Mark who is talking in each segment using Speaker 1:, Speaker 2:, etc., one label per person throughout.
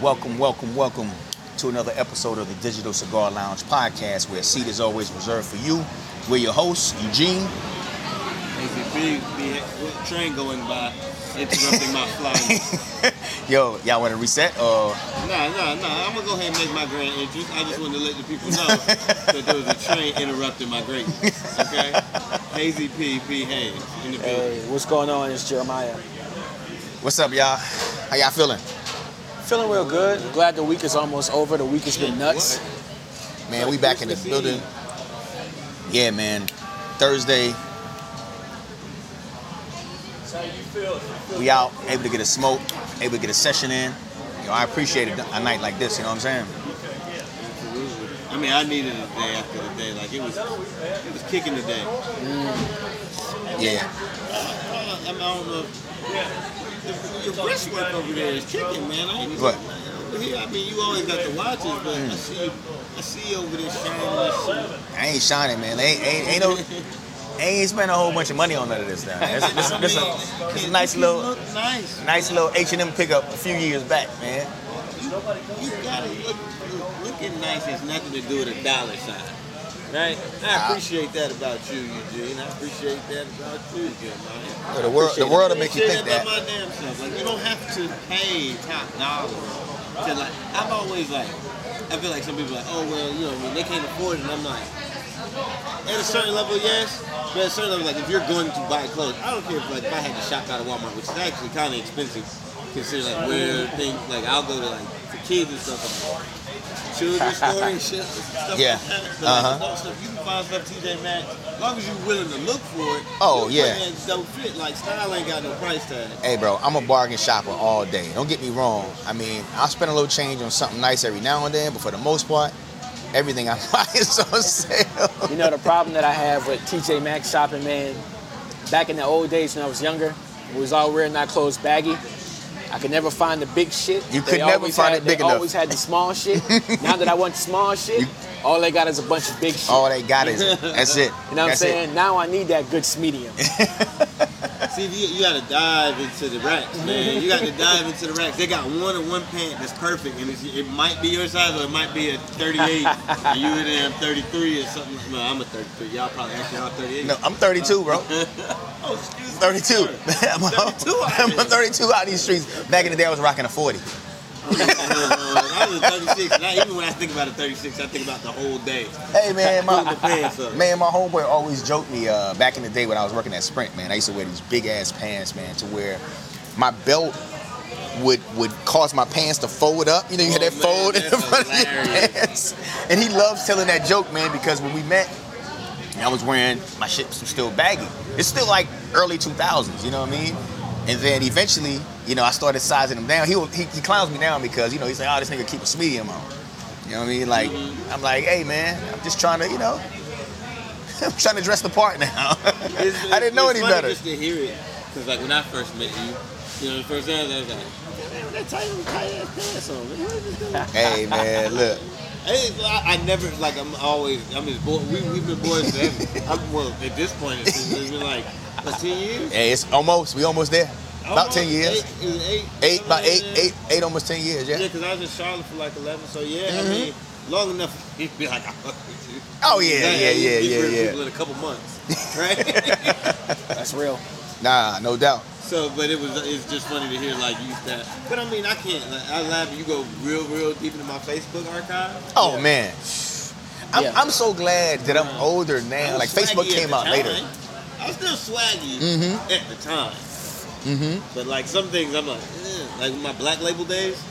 Speaker 1: Welcome, welcome, welcome to another episode of the Digital Cigar Lounge podcast, where a seat is always reserved for you. We're your hosts, Eugene.
Speaker 2: Is it big? The train going by, interrupting my flight.
Speaker 1: Yo, y'all want to reset? Uh,
Speaker 2: Nah, nah, nah. I'm gonna go ahead and make my grand entrance. I just wanted to let the people know that there was a train interrupting my greatness. Okay. Hazy P. P. Hayes in the building.
Speaker 3: Hey, what's going on? It's Jeremiah.
Speaker 1: what's up, y'all? How y'all feeling?
Speaker 3: Feeling real good. Glad the week is almost over. The week has been nuts.
Speaker 1: Man, we back in the
Speaker 2: Christmas Eve.
Speaker 1: building. Yeah, man. Thursday. We out, able to get a smoke, able to get a session in. Yo, I appreciate it, a night like this, you know what I'm saying?
Speaker 2: I mean, I needed a day after the day. Like it was, it was kicking the day.
Speaker 1: Yeah.
Speaker 2: I, I mean, I don't know. if- The, the wrist work over there is tricking, man. I ain't,
Speaker 1: What?
Speaker 2: Here, I mean, you always got the watches, but I see you, I see you over there shining like shit.
Speaker 1: I ain't shining, man. Ain't, ain't, ain't no. Ain't spent a whole bunch of money on none of this. Down. This, this, this, a, this a nice
Speaker 2: You
Speaker 1: little,
Speaker 2: Look nice.
Speaker 1: nice little H and M pickup a few years back, man.
Speaker 2: You gotta look. Looking nice has nothing to do with a dollar sign. Right? I appreciate that about you, Eugene. I appreciate that about you, Jeremiah.
Speaker 1: the world, the world will make you
Speaker 2: Shit
Speaker 1: think
Speaker 2: about
Speaker 1: that.
Speaker 2: my damn self. Like you don't have to pay top dollar. To like, I'm always like, I feel like some people are like, oh well, you know, when they can't afford it, and I'm like, at a certain level, yes, but at a certain level, like if you're going to buy clothes, I don't care if like if I had to shop out of Walmart, which is actually kind of expensive, considering like where things like I'll go to like for kids and stuff, like, children's store and shit, stuff
Speaker 1: Yeah.
Speaker 2: like that. But,
Speaker 1: Uh-huh.
Speaker 2: like, adult stuff, you can find stuff TJ Maxx, as long as you're willing to look for it.
Speaker 1: Oh,
Speaker 2: your
Speaker 1: yeah.
Speaker 2: brands Don't fit like style ain't got no price tag.
Speaker 1: Hey, bro, I'm a bargain shopper all day. Don't get me wrong. I mean, I spend a little change on something nice every now and then, but for the most part, everything I buy is on sale.
Speaker 3: You know the problem that I have with TJ Maxx shopping, man. Back in the old days when I was younger, we was all wearing our clothes baggy. I could never find the big shit.
Speaker 1: You could never
Speaker 3: always
Speaker 1: find
Speaker 3: had,
Speaker 1: it big
Speaker 3: they
Speaker 1: enough.
Speaker 3: always had the small shit. now that I want the small shit, all they got is a bunch of big shit.
Speaker 1: All they got is it. That's it.
Speaker 3: you know what I'm
Speaker 1: Oh, That's
Speaker 3: saying?
Speaker 1: It.
Speaker 3: Now I need that good medium.
Speaker 2: See, you, you gotta dive into the racks, man. You gotta dive into the racks. They got one and one pant that's perfect, and it's, it might be your size or it might be a 38, and you in there 33 or something. like- No, I'm a 33. Y'all probably actually all 38.
Speaker 1: No, I'm 32, bro.
Speaker 2: Oh, excuse me.
Speaker 1: 32.
Speaker 2: Sorry.
Speaker 1: I'm, a-
Speaker 2: 32 out
Speaker 1: I'm a
Speaker 2: here.
Speaker 1: 32 out these streets. Back in the day, I was rocking a 40.
Speaker 2: I was 36. Now, even when I think about a 36, I think about the whole day.
Speaker 1: Hey man, my
Speaker 2: Pulling the pants up.
Speaker 1: man, my homeboy always joked me uh, back in the day when I was working at Sprint. Man, I used to wear these big ass pants, man, to where my belt would would cause my pants to fold up. You know, you had
Speaker 2: Oh,
Speaker 1: that
Speaker 2: man,
Speaker 1: fold in the
Speaker 2: that's
Speaker 1: front of your
Speaker 2: hilarious.
Speaker 1: pants. And he loves telling that joke, man, because when we met, I was wearing my shit was still baggy. It's still like early 2000s, you know what I mean? And then eventually, you know, I started sizing him down. He was- he, he clowns me down because you know he's like, oh, this nigga keep a medium on. You know what I mean? Like I'm like, hey man, I'm just trying to, you know, I'm trying to dress the part now.
Speaker 2: It's-
Speaker 1: I didn't know
Speaker 2: it's
Speaker 1: any
Speaker 2: funny
Speaker 1: better.
Speaker 2: Just to hear it, because like when I first met you, you know, the first time I was like, "Man, that tight, tight ass pants on, man. What is this dude?"
Speaker 1: hey man, look,
Speaker 2: Hey, I, I never like I'm always I'm his boy. We we've been boys forever. I'm, well, at this point, it's, it's been like what, ten years.
Speaker 1: hey, it's almost we almost there. About
Speaker 2: Almost
Speaker 1: ten years.
Speaker 2: Eight, is it
Speaker 1: Eight,
Speaker 2: eight, something
Speaker 1: about
Speaker 2: like
Speaker 1: eight,
Speaker 2: that?
Speaker 1: eight, eight, almost ten years.
Speaker 2: Yeah,
Speaker 1: Yeah. Mm-hmm.
Speaker 2: because I was in Charlotte for like eleven. So yeah, I mean, long enough. He'd be like, I fuck with you.
Speaker 1: Oh yeah, yeah,
Speaker 2: you
Speaker 1: yeah,
Speaker 2: get
Speaker 1: yeah,
Speaker 2: rid of People
Speaker 1: yeah.
Speaker 2: in a couple months, right?
Speaker 3: That's real.
Speaker 1: Nah, no doubt.
Speaker 2: so, but it was it's just funny to hear like you that. But I mean, I can't. Like, I laugh. You go real, real deep into my Facebook archive.
Speaker 1: Oh man. I'm,
Speaker 3: Yeah.
Speaker 1: I'm so glad that I'm older now.
Speaker 2: I was
Speaker 1: Like Facebook
Speaker 2: swaggy at
Speaker 1: came
Speaker 2: the
Speaker 1: out
Speaker 2: time.
Speaker 1: later.
Speaker 2: I was still swaggy
Speaker 1: Mhm.
Speaker 2: at the time.
Speaker 1: Mm-hmm.
Speaker 2: But like some things, I'm like, eh. like my black label days.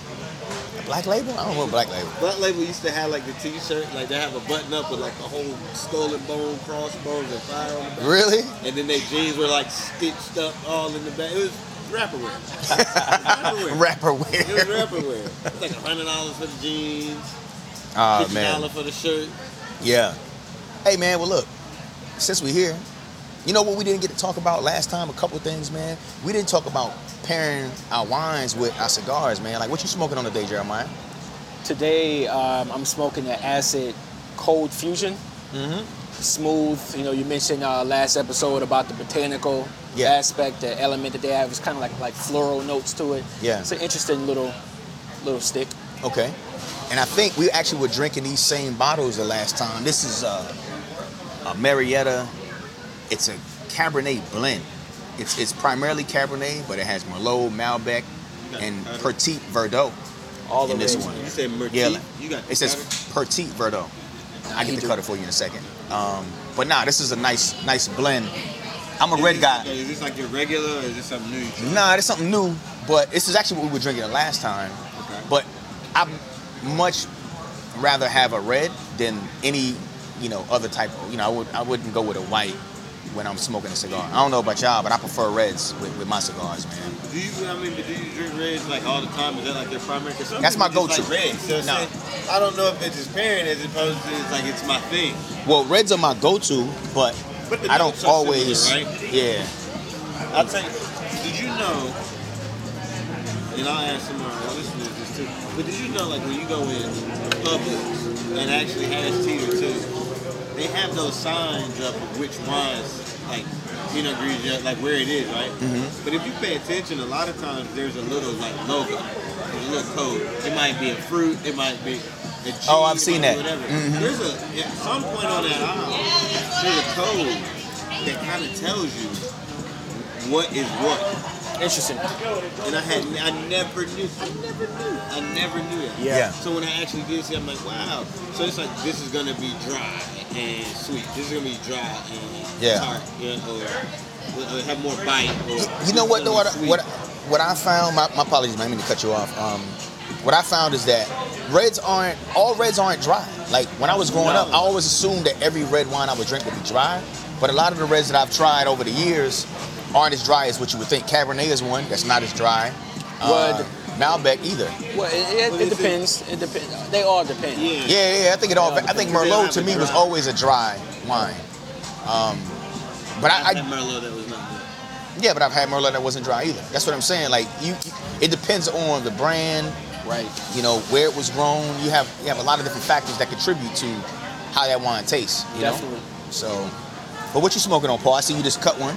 Speaker 1: Black label? I don't know black label.
Speaker 2: Black label used to have like the T-shirt, like they have a button up with like a whole skull and bone, crossbones, and fire on the back.
Speaker 1: Really?
Speaker 2: And then their jeans were like stitched up all in the back. It was rapper wear. It was rapper wear.
Speaker 1: Rapper
Speaker 2: It was
Speaker 1: wear.
Speaker 2: rapper wear. It was like hundred dollars for the jeans,
Speaker 1: Oh
Speaker 2: fifty
Speaker 1: man.
Speaker 2: dollars for the shirt.
Speaker 1: Yeah. Hey man, well look, since we're here, you know what we didn't get to talk about last time? A couple of things, man. We didn't talk about pairing our wines with our cigars, man. Like what you smoking on today, Jeremiah?
Speaker 3: Today, um, I'm smoking an acid cold fusion. Mm-hmm. Smooth. You know, you mentioned uh, last episode about the botanical
Speaker 1: Yeah.
Speaker 3: aspect, the element that they have. It's kind of like like floral notes to it.
Speaker 1: Yeah.
Speaker 3: It's an interesting little little stick.
Speaker 1: Okay. And I think we actually were drinking these same bottles the last time. This is uh, a Marietta. It's a Cabernet blend. It's it's primarily Cabernet, but it has Merlot, Malbec, and
Speaker 2: Okay.
Speaker 1: Petit Verdot.
Speaker 3: All the
Speaker 1: In this
Speaker 3: way.
Speaker 1: one.
Speaker 2: You said Merti.
Speaker 1: Yeah, like-
Speaker 2: you got
Speaker 1: it says Petit Verdot. I
Speaker 3: he
Speaker 1: get to
Speaker 3: do.
Speaker 1: cut it for you in a second. Um, but nah, this is a nice nice blend. I'm a red guy.
Speaker 2: Is this like your regular or is this something new? you try?
Speaker 1: Nah, it's something new, but this is actually what we were drinking the last time.
Speaker 2: Okay.
Speaker 1: But I much rather have a red than any, you know, other type of, you know, I, would, I wouldn't go with a white when I'm smoking a cigar. I don't know about y'all, but I prefer reds with, with my cigars, man.
Speaker 2: Do you? I mean, but do you drink reds like all the time? Is that like their primary? 'Cause some
Speaker 1: That's my
Speaker 2: people just
Speaker 1: go-to.
Speaker 2: Like reds. So it's
Speaker 1: No.
Speaker 2: like, I don't know if it's his parent as opposed to it's like it's my thing.
Speaker 1: Well, reds are my go-to, but
Speaker 2: But the
Speaker 1: I
Speaker 2: notes
Speaker 1: don't
Speaker 2: are
Speaker 1: always,
Speaker 2: similar, right?
Speaker 1: yeah.
Speaker 2: I'll tell you. Did you know? And I'll ask some of our listeners this too. But did you know, like when you go in Publix and actually has tea or two, they have those signs up of which wines, like you know, ingredients, like where it is, right?
Speaker 1: Mm-hmm.
Speaker 2: But if you pay attention, a lot of times there's a little like logo, there's a little code. It might be a fruit, it might be. A cheese,
Speaker 1: Oh, I've
Speaker 2: it
Speaker 1: seen
Speaker 2: might be
Speaker 1: that.
Speaker 2: Whatever.
Speaker 1: Mhm.
Speaker 2: There's a at some point on that aisle, there's a code that kind of tells you what is what.
Speaker 3: Interesting.
Speaker 2: And I had I never knew. I never knew. I never knew that.
Speaker 3: Yeah.
Speaker 1: Yeah.
Speaker 2: So when I actually did see, I'm like, wow. So it's like this is gonna be dry and sweet. This is gonna be dry and
Speaker 1: Yeah.
Speaker 2: tart, you know, or, or have more bite. Or
Speaker 1: You know what though? What I,
Speaker 2: Sweet.
Speaker 1: what I- what I found? My, my apologies, man. I mean to cut you off. Um, what I found is that reds aren't all reds aren't dry. Like when I was growing up,
Speaker 2: No.
Speaker 1: I always assumed that every red wine I would drink would be dry. But a lot of the reds that I've tried over the years aren't as dry as what you would think. Cabernet is one that's not as dry. Uh,
Speaker 3: Would-
Speaker 1: Malbec either.
Speaker 3: Well,
Speaker 2: What
Speaker 3: it, it, it
Speaker 2: is it?
Speaker 3: depends. It depends. They all depend.
Speaker 2: Yeah.
Speaker 1: Yeah, yeah. I think it all.
Speaker 3: Yeah,
Speaker 1: I think
Speaker 2: because they don't
Speaker 1: Merlot
Speaker 2: have
Speaker 1: to
Speaker 2: a
Speaker 1: me was
Speaker 2: dry-
Speaker 1: always a dry wine. Um, but I,
Speaker 2: I,
Speaker 1: I
Speaker 2: had Merlot that was not good.
Speaker 1: Yeah, but I've had Merlot that wasn't dry either. That's what I'm saying. Like you, it depends on the brand,
Speaker 3: Right.
Speaker 1: you know, where it was grown. You have you have a lot of different factors that contribute to how that wine tastes. You
Speaker 3: Definitely.
Speaker 1: Know? So, but what you smoking on, Paul? I see you just cut one.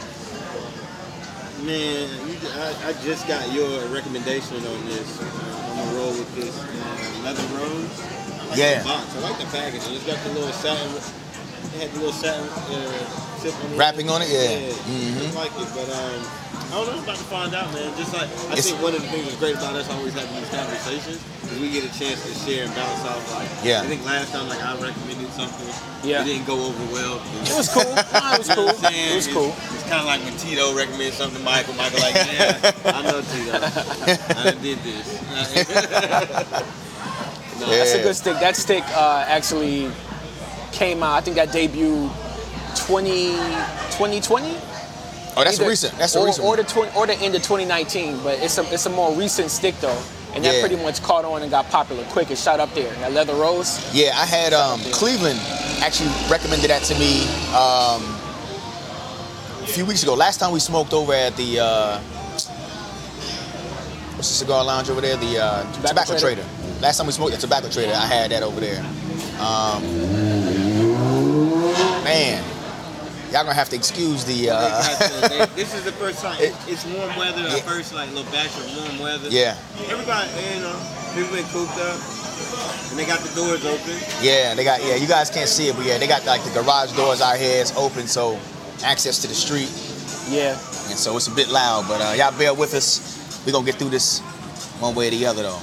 Speaker 2: Man, you, ju- I, I just got your recommendation on this. I'm gonna roll with this uh, leather rose. I like
Speaker 1: Yeah.
Speaker 2: The box. I like the packaging. It's got the little satin. It had the little satin uh, tip on it.
Speaker 1: Wrapping on it? Yeah.
Speaker 3: Mm-hmm.
Speaker 2: I like it, but um, I don't know. I'm about to find out, man. Just like I
Speaker 1: It's-
Speaker 2: think one of the things that's great about us always having these conversations is we get a chance to share and bounce off. Like
Speaker 1: Yeah.
Speaker 2: I think last time, like I recommended something.
Speaker 3: Yeah.
Speaker 2: It didn't go over well.
Speaker 3: It was cool. No, it was
Speaker 2: You know
Speaker 3: cool.
Speaker 2: what I'm saying?
Speaker 3: It was
Speaker 2: It's-
Speaker 3: cool.
Speaker 2: It's kind of like when Tito recommends something to Michael. Michael like, yeah, I know Tito. I done did this. Uh, No,
Speaker 1: Yeah.
Speaker 3: That's a good stick. That stick uh, actually came out. I think that debuted 20, 2020.
Speaker 1: Oh, that's
Speaker 3: Either-
Speaker 1: recent. That's
Speaker 3: or,
Speaker 1: a recent.
Speaker 3: Or
Speaker 1: one.
Speaker 3: the, 20, or the end of 2019, but it's a, it's a more recent stick though. And that
Speaker 1: Yeah.
Speaker 3: pretty much caught on and got popular quick. It shot up there. That leather rose.
Speaker 1: Yeah, I had um, Cleveland actually recommended that to me um, a few weeks ago. Last time we smoked over at the uh, what's the cigar lounge over there? The uh, tobacco,
Speaker 3: Trader.
Speaker 1: trader. Last time we smoked at Tobacco Trader, I had that over there. Um, man, y'all gonna have to excuse the.
Speaker 2: They
Speaker 1: Uh,
Speaker 2: got the- they- this is the first time.
Speaker 1: It-
Speaker 2: it's warm weather. Our
Speaker 1: Yeah.
Speaker 2: first like little batch of warm weather.
Speaker 1: yeah,
Speaker 2: Everybody, you know, people been cooped up, and they got the doors open.
Speaker 1: yeah, they got yeah. You guys can't see it, but yeah, they got like the garage doors out here. It's open, so access to the street.
Speaker 3: Yeah.
Speaker 1: and so it's a bit loud, but uh, y'all bear with us. We're gonna get through this one way or the other, though.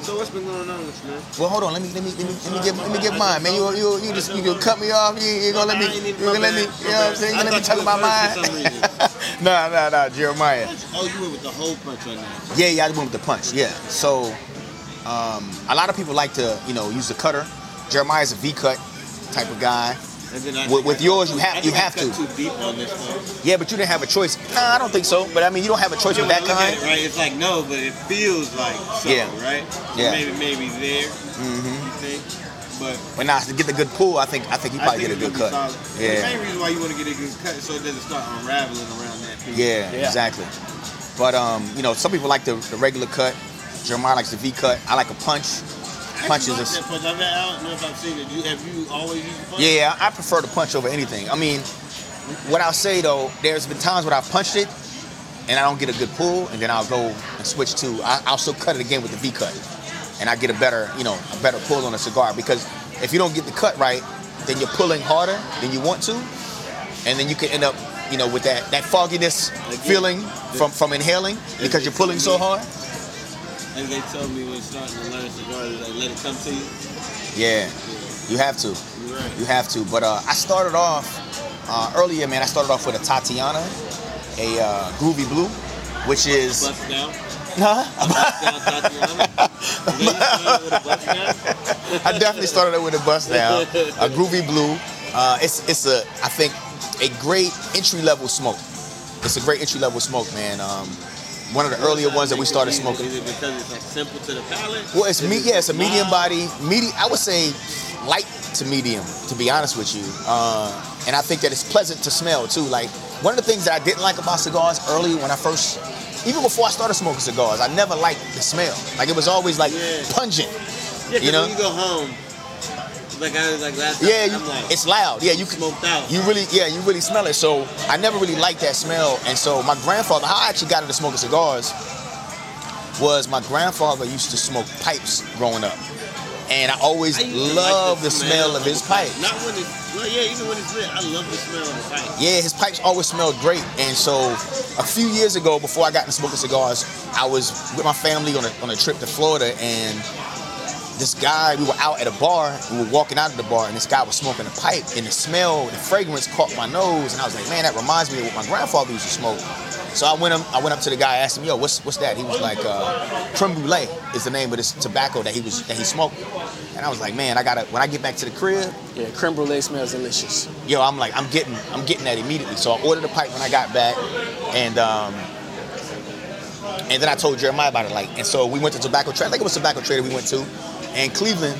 Speaker 2: So what's been going on with you, man?
Speaker 1: Well, hold on. Let me let me let me, let me get let me get mine, man. You you you just you gonna cut me off. You you gonna let me
Speaker 2: I ain't
Speaker 1: you
Speaker 2: even-
Speaker 1: gonna
Speaker 2: my
Speaker 1: let me you know
Speaker 2: bad, my
Speaker 1: what I'm
Speaker 2: bad.
Speaker 1: saying? You
Speaker 2: I
Speaker 1: gonna let me
Speaker 2: thought
Speaker 1: talk
Speaker 2: you
Speaker 1: about
Speaker 2: were first
Speaker 1: mine. Nah, nah, nah, Jeremiah.
Speaker 2: Oh, you went with the whole punch on that.
Speaker 1: Yeah, yeah, I went with the punch. Yeah. So, um, a lot of people like to you know use the cutter. Jeremiah's a V cut type of guy.
Speaker 2: And then I
Speaker 1: With-
Speaker 2: think
Speaker 1: with
Speaker 2: I-
Speaker 1: yours, you have-
Speaker 2: I
Speaker 1: you
Speaker 2: think I
Speaker 1: have
Speaker 2: cut
Speaker 1: to.
Speaker 2: Too deep on this one.
Speaker 1: Yeah, but you didn't have a choice. Nah, I don't think so. But I mean, you don't have a choice
Speaker 2: Yeah,
Speaker 1: with that
Speaker 2: when I look at
Speaker 1: kind.
Speaker 2: it, right? It's like no, but it feels like so,
Speaker 1: Yeah.
Speaker 2: right? So
Speaker 1: Yeah.
Speaker 2: Maybe maybe there. Mm-hmm. You think? But
Speaker 1: But nah, to get the good pull, I think I think he
Speaker 2: I
Speaker 1: probably get
Speaker 2: think
Speaker 1: a
Speaker 2: it's
Speaker 1: good
Speaker 2: gonna
Speaker 1: cut.
Speaker 2: be solid. The
Speaker 1: Yeah.
Speaker 2: main reason why you want to get a good cut is so it doesn't start unraveling around that. piece.
Speaker 1: Yeah,
Speaker 3: Yeah.
Speaker 1: exactly. But um, you know, some people like the, the regular cut. Jeremiah likes the V cut. I like a punch.
Speaker 2: I actually
Speaker 1: Punches
Speaker 2: like
Speaker 1: is-
Speaker 2: that punch. I, mean, I don't know if I've seen it. You, have you always used the punch?
Speaker 1: Yeah, I prefer the punch over anything. I mean, what I'll say though, there's been times when I've punched it and I don't get a good pull, and then I'll go and switch to I, I'll still cut it again with the V cut. and I get a better, you know, a better pull on a cigar because if you don't get the cut right, then you're pulling harder than you want to, and then you can end up, you know, with that that fogginess
Speaker 2: Again,
Speaker 1: feeling
Speaker 2: the-
Speaker 1: from from inhaling because you're pulling so hard.
Speaker 2: As they told me when starting to learn cigars, like let it come to you.
Speaker 1: Yeah, you have to.
Speaker 2: You're
Speaker 1: You
Speaker 2: right.
Speaker 1: have to. But uh, I started off uh, earlier, man. I started off with a Tatiana, a uh, Groovy Blue, which is
Speaker 2: Bust down.
Speaker 1: huh?
Speaker 2: Bust down, Tatiana. Is that you started with a bust down?
Speaker 1: I definitely started it with a bust down, a Groovy Blue. Uh, it's it's a I think a great entry level smoke. It's a great entry level smoke, man. Um, one of the earlier ones that we started
Speaker 2: Is it
Speaker 1: smoking.
Speaker 2: because it's like simple to the palate?
Speaker 1: Well, it's me.
Speaker 2: Is it
Speaker 1: Yeah, it's a medium
Speaker 2: mild?
Speaker 1: body. Medium. I would say light to medium, to be honest with you. Uh, and I think that it's pleasant to smell too. Like one of the things that I didn't like about cigars early when I first, even before I started smoking cigars, I never liked the smell. Like it was always like
Speaker 2: Yeah.
Speaker 1: pungent.
Speaker 2: Yeah, 'cause
Speaker 1: you know?
Speaker 2: when you go home, like I was like last time,
Speaker 1: Yeah, you,
Speaker 2: I'm like,
Speaker 1: it's loud. Yeah, you can.
Speaker 2: smoked out.
Speaker 1: You really, yeah, you really smell it. So I never really liked that smell. And so my grandfather, how I actually got into smoking cigars was my grandfather used to smoke pipes growing up. And I always
Speaker 2: I used to like
Speaker 1: loved the, smell, of his
Speaker 2: a
Speaker 1: pipe.
Speaker 2: Not when it's, well, yeah, even when it's lit, I love the smell of the pipe.
Speaker 1: Yeah, his pipes always smelled great. And so a few years ago, before I got into smoking cigars, I was with my family on a, on a trip to Florida and this guy, we were out at a bar, we were walking out of the bar, and this guy was smoking a pipe, and the smell, the fragrance caught my nose, and I was like, man, that reminds me of what my grandfather used to smoke. So I went, up, I went up to the guy, asked him, yo, what's what's that? He was like, uh, creme brulee is the name of this tobacco that he was that he smoked. And I was like, man, I gotta when I get back to the crib,
Speaker 3: Yeah, creme brulee smells delicious.
Speaker 1: yo, I'm like, I'm getting, I'm getting that immediately. So I ordered a pipe when I got back, and um, and then I told Jeremiah about it. Like, and so we went to Tobacco Trade. I think it was Tobacco Trader we went to, and Cleveland,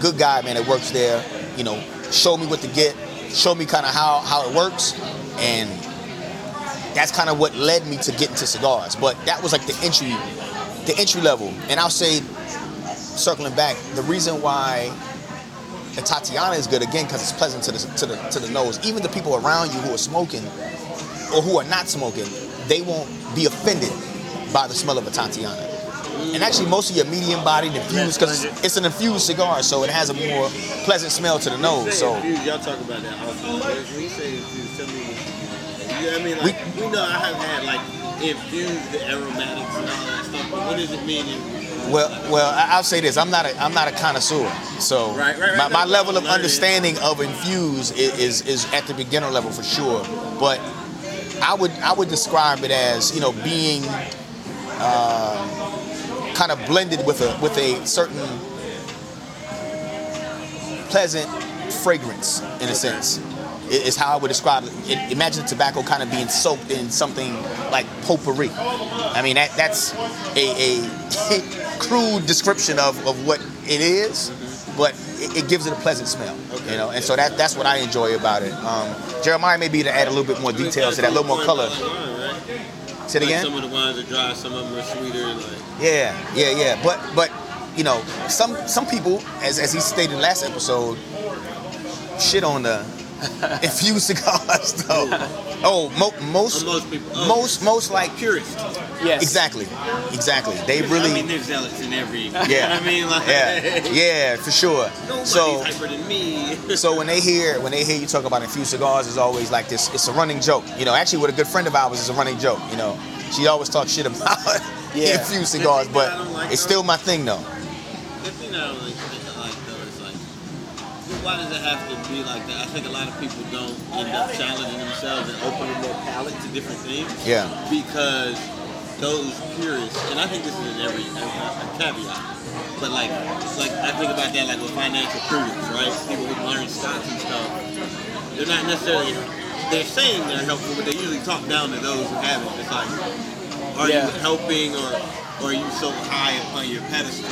Speaker 1: good guy, man, that works there. You know, showed me what to get, showed me kind of how how it works, and that's kind of what led me to get into cigars. But that was like the entry, the entry level. And I'll say, circling back, the reason why the Tatiana is good again because it's pleasant to the, to the to the nose. Even the people around you who are smoking or who are not smoking, they won't be offended by the smell of a Tatiana. And actually, most of your medium body infused because it's, it's an infused cigar, so it has a more pleasant smell to the nose.
Speaker 2: Say
Speaker 1: So
Speaker 2: infused, y'all talk about that often. When you say infused, tell me what you mean. You know what I mean? Like, we, know I have had like infused the aromatics and all that stuff, but what does it mean? in-
Speaker 1: Well, well, I- I'll say this: I'm not a, I'm not a connoisseur, so
Speaker 2: Right, right, right.
Speaker 1: my, my
Speaker 2: No,
Speaker 1: level of
Speaker 2: learn it.
Speaker 1: understanding of infuse is, is is at the beginner level for sure. But I would I would describe it as you know being um, kind of blended with a with a certain pleasant fragrance in a sense. i- Is how I would describe it. I- Imagine tobacco kind of being soaked in something like potpourri. I mean, that that's a, a crude description of, of what it is, but it, it gives it a pleasant smell.
Speaker 2: Okay.
Speaker 1: You know, and so that that's what I enjoy about it. Um, Jeremiah may be to add a little bit more
Speaker 2: I mean,
Speaker 1: details to that, a
Speaker 2: kinda
Speaker 1: little more
Speaker 2: point
Speaker 1: color.
Speaker 2: about wine, right?
Speaker 1: Say it
Speaker 2: Like,
Speaker 1: again.
Speaker 2: Some of the wines are dry, some of them are sweeter. Like,
Speaker 1: Yeah, yeah, yeah. But but you know, some some people, as as he stated last episode, shit on the infused cigars though. Oh, mo- most
Speaker 2: most people. Oh,
Speaker 1: most most like
Speaker 2: purists.
Speaker 3: Yes.
Speaker 1: exactly, exactly. They
Speaker 2: I mean,
Speaker 1: really
Speaker 2: there's zealots in every.
Speaker 1: Yeah.
Speaker 2: I mean, like.
Speaker 1: yeah yeah for sure.
Speaker 2: Nobody's
Speaker 1: So
Speaker 2: hyper than me.
Speaker 1: so when they hear when they hear you talk about infused cigars, it's always like this. It's a running joke. You know, actually, with a good friend of ours, it's a running joke. You know, she always talks shit about
Speaker 3: Yeah.
Speaker 1: infused cigars,
Speaker 2: I don't
Speaker 1: but
Speaker 2: like
Speaker 1: it's
Speaker 2: them.
Speaker 1: still my thing though.
Speaker 2: If you know, like, like though, it's like, why does it have to be like that? I think a lot of people don't end up challenging themselves and opening their palate to different things
Speaker 1: Yeah.
Speaker 2: because those purists, and I think this is in every a, a caveat, but like, like I think about that like with financial prudence, right? People who learn stocks and stuff, they're not necessarily they're saying they're helpful, but they usually talk down to those who haven't. It's like, are
Speaker 3: Yeah.
Speaker 2: you helping or, or are you so high upon your pedestal?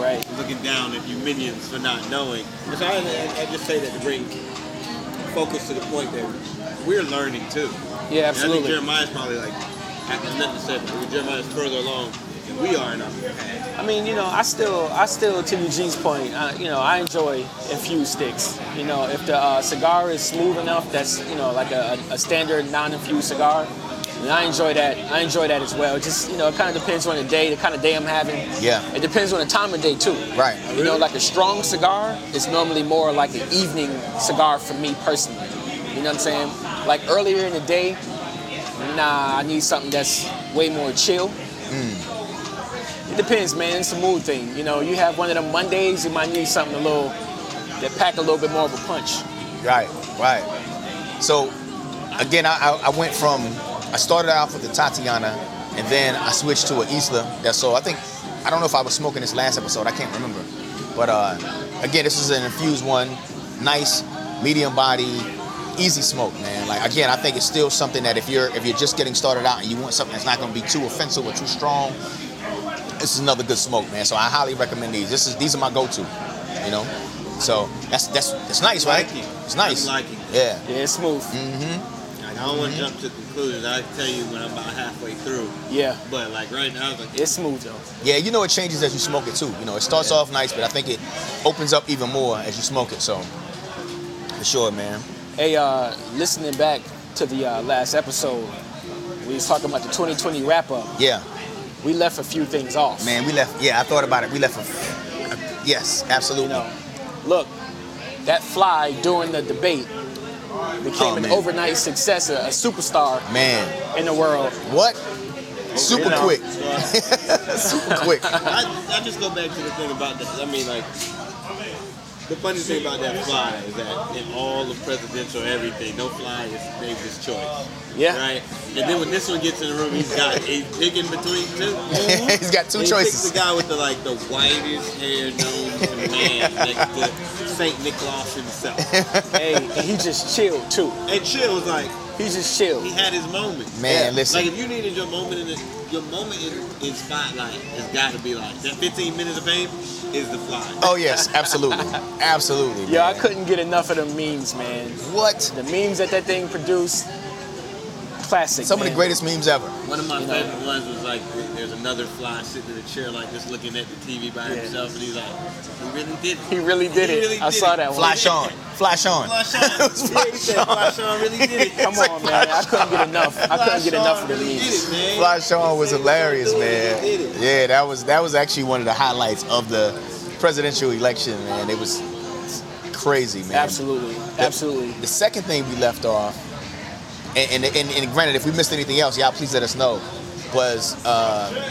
Speaker 3: Right.
Speaker 2: looking down at you minions for not knowing. And so I, I, I just say that to bring focus to the point that we're learning too.
Speaker 3: Yeah,
Speaker 2: And I think
Speaker 3: absolutely.
Speaker 2: Jeremiah's probably like, I can nothing to say, but Jeremiah's further along than we are in our
Speaker 3: I mean, you know, I still, I still, to Eugene's point, I, you know, I enjoy infused sticks. You know, if the uh, cigar is smooth enough, that's you know like a, a standard non-infused cigar. And I enjoy that. I enjoy that as well. It just you know, it kind of depends on the day, the kind of day I'm having.
Speaker 1: Yeah.
Speaker 3: It depends on the time of day too.
Speaker 1: Right.
Speaker 3: You know, like a strong cigar is normally more like an evening cigar for me personally. You know what I'm saying? Like earlier in the day, nah, I need something that's way more chill. It depends, man. It's a mood thing. You know, you have one of them Mondays, you might need something a little that pack a little bit more of a punch.
Speaker 1: Right, right. So, again, I, I, I went from, I started off with the Tatiana, and then I switched to an Isla. That's so I think, I don't know if I was smoking this last episode, I can't remember. But uh, again, this is an infused one, nice, medium body, easy smoke, man. Like again, I think it's still something that if you're if you're just getting started out and you want something that's not going to be too offensive or too strong, this is another good smoke, man. So I highly recommend these. This is these are my go-to, you know. So that's that's that's nice, right?
Speaker 2: Liking.
Speaker 1: It's nice.
Speaker 2: I'm liking it.
Speaker 1: Yeah.
Speaker 3: Yeah, it's smooth.
Speaker 2: Like, I don't
Speaker 3: Mm-hmm.
Speaker 2: want to jump to conclusions. I tell you when I'm about halfway through.
Speaker 3: Yeah.
Speaker 2: But like right now, I was like,
Speaker 3: It's smooth though.
Speaker 1: Yeah, you know it changes as you smoke it too. You know, it starts off nice, but I think it opens up even more as you smoke it. So, for sure, man.
Speaker 3: Hey, uh, listening back to the uh, last episode, we was talking about the 2020 wrap up.
Speaker 1: Yeah,
Speaker 3: We left a few things off.
Speaker 1: man. We left. Yeah, I thought about it. We left. A, yes,
Speaker 3: You
Speaker 1: absolutely.
Speaker 3: know, look, that fly during the debate
Speaker 1: Oh,
Speaker 3: became an
Speaker 1: man.
Speaker 3: overnight success, a, a superstar
Speaker 1: Man,
Speaker 3: in the world.
Speaker 1: what? Super
Speaker 3: You know.
Speaker 1: quick.
Speaker 2: so I-
Speaker 1: Super quick.
Speaker 2: I, I just go back to the thing about that. I mean, like, the funny thing about that fly is that in all the presidential everything, no fly is David's choice.
Speaker 3: Yeah.
Speaker 2: Right? And then when this one gets in the room, he's got, he's picking between two.
Speaker 3: Mhm.
Speaker 1: He's got two
Speaker 2: And he picks
Speaker 1: choices.
Speaker 2: the guy with the, like, the whitest hair known to man next to St. Nicholas himself.
Speaker 3: hey, and he just chilled too.
Speaker 2: And Chill was like,
Speaker 3: He just
Speaker 2: he
Speaker 3: chilled.
Speaker 2: had his moment.
Speaker 1: Man, listen.
Speaker 2: Like if you needed your moment in the, your moment in, in spotlight, it's got to be like that. 15 minutes of fame is the fly.
Speaker 1: Oh yes, absolutely, absolutely.
Speaker 3: Yeah, I
Speaker 1: man.
Speaker 3: couldn't get enough of them memes, man.
Speaker 1: What?
Speaker 3: The memes that that thing produced, classic.
Speaker 1: Some of
Speaker 3: man.
Speaker 1: the greatest memes ever.
Speaker 2: One of my
Speaker 3: You know.
Speaker 2: favorite ones was like, there's another fly sitting in a chair, like just looking at the TV by
Speaker 3: Yeah.
Speaker 2: himself, and he's like, he really did it.
Speaker 3: He really did
Speaker 2: He
Speaker 3: it.
Speaker 2: really
Speaker 3: I
Speaker 2: did
Speaker 3: saw
Speaker 2: it.
Speaker 3: that one.
Speaker 1: Flash on. Flash on.
Speaker 2: Fly Sean.
Speaker 1: It was
Speaker 2: yeah, he
Speaker 1: Fly
Speaker 2: said Fly Sean really did it.
Speaker 3: Come on, man. I couldn't get enough. I
Speaker 2: Fly
Speaker 3: couldn't get
Speaker 2: Sean
Speaker 3: enough of the
Speaker 2: really
Speaker 3: memes.
Speaker 2: did it, man.
Speaker 1: Fly Sean was
Speaker 2: He said,
Speaker 1: hilarious,
Speaker 2: "Dude, he
Speaker 1: man.
Speaker 2: did it."
Speaker 1: Yeah, that was that was actually one of the highlights of the presidential election, man. It was crazy, man.
Speaker 3: Absolutely, absolutely.
Speaker 1: The second thing we left off, and and, and, and granted, if we missed anything else, y'all please let us know. Was uh,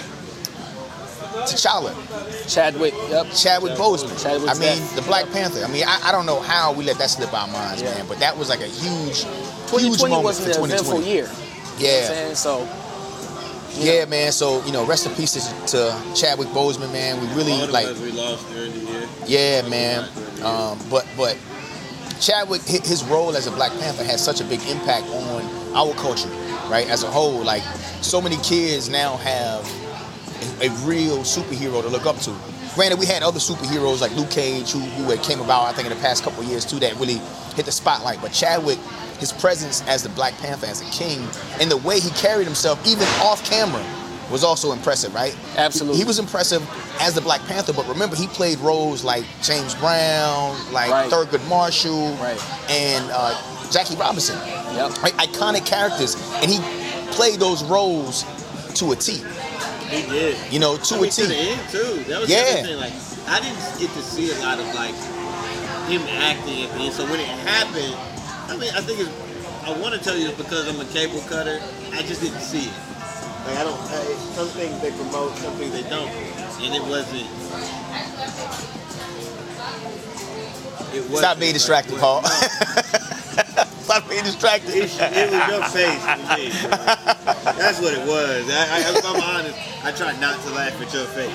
Speaker 1: T'Challa,
Speaker 3: Chadwick. Yep.
Speaker 1: Chadwick Boseman.
Speaker 3: Chadwick
Speaker 1: I mean,
Speaker 3: Boseman.
Speaker 1: the Black Panther. I mean, I, I don't know how we let that slip our minds,
Speaker 3: Yeah.
Speaker 1: man. But that was like a huge, huge
Speaker 3: 2020
Speaker 1: moment
Speaker 3: wasn't
Speaker 1: for
Speaker 3: an eventful
Speaker 1: 2020.
Speaker 3: year. You know what I'm
Speaker 1: Yeah.
Speaker 3: saying? So
Speaker 1: Yeah, man. So you know, rest in peace to, to Chadwick Boseman, man. We
Speaker 2: All
Speaker 1: really
Speaker 2: the
Speaker 1: like,
Speaker 2: ones we lost during the year.
Speaker 1: yeah, man. Um, but but Chadwick, hi- his role as a Black Panther had such a big impact on our culture, right? As a whole, like so many kids now have a, a real superhero to look up to. Granted, we had other superheroes like Luke Cage, who, who had came about, I think, in the past couple of years too, that really hit the spotlight. But Chadwick, his presence as the Black Panther, as a king, and the way he carried himself, even off camera, was also impressive, right?
Speaker 3: Absolutely.
Speaker 1: He, he was impressive as the Black Panther, but remember, he played roles like James Brown, like
Speaker 3: Right.
Speaker 1: Thurgood Marshall,
Speaker 3: Right.
Speaker 1: and uh, Jackie Robinson
Speaker 3: yep.
Speaker 1: like iconic characters, and he played those roles to a T.
Speaker 2: He did.
Speaker 1: You know, to
Speaker 2: I
Speaker 1: a
Speaker 2: mean,
Speaker 1: T.
Speaker 2: to the end too. That was
Speaker 1: Yeah.
Speaker 2: the other thing. Like I didn't get to see a lot of like him acting at the end. So when it happened, I mean, I think it's. I want to tell you it's because I'm a cable cutter. I just didn't see it. Like I don't. I, some things they promote, some things they don't, and it wasn't. It wasn't
Speaker 1: Stop being
Speaker 2: like
Speaker 1: distracted, Paul.
Speaker 2: what- No,
Speaker 1: Stop being distracted.
Speaker 2: it, it was your face to me. bro. That's what it was. I, I, if I'm honest, I try not to laugh at your face.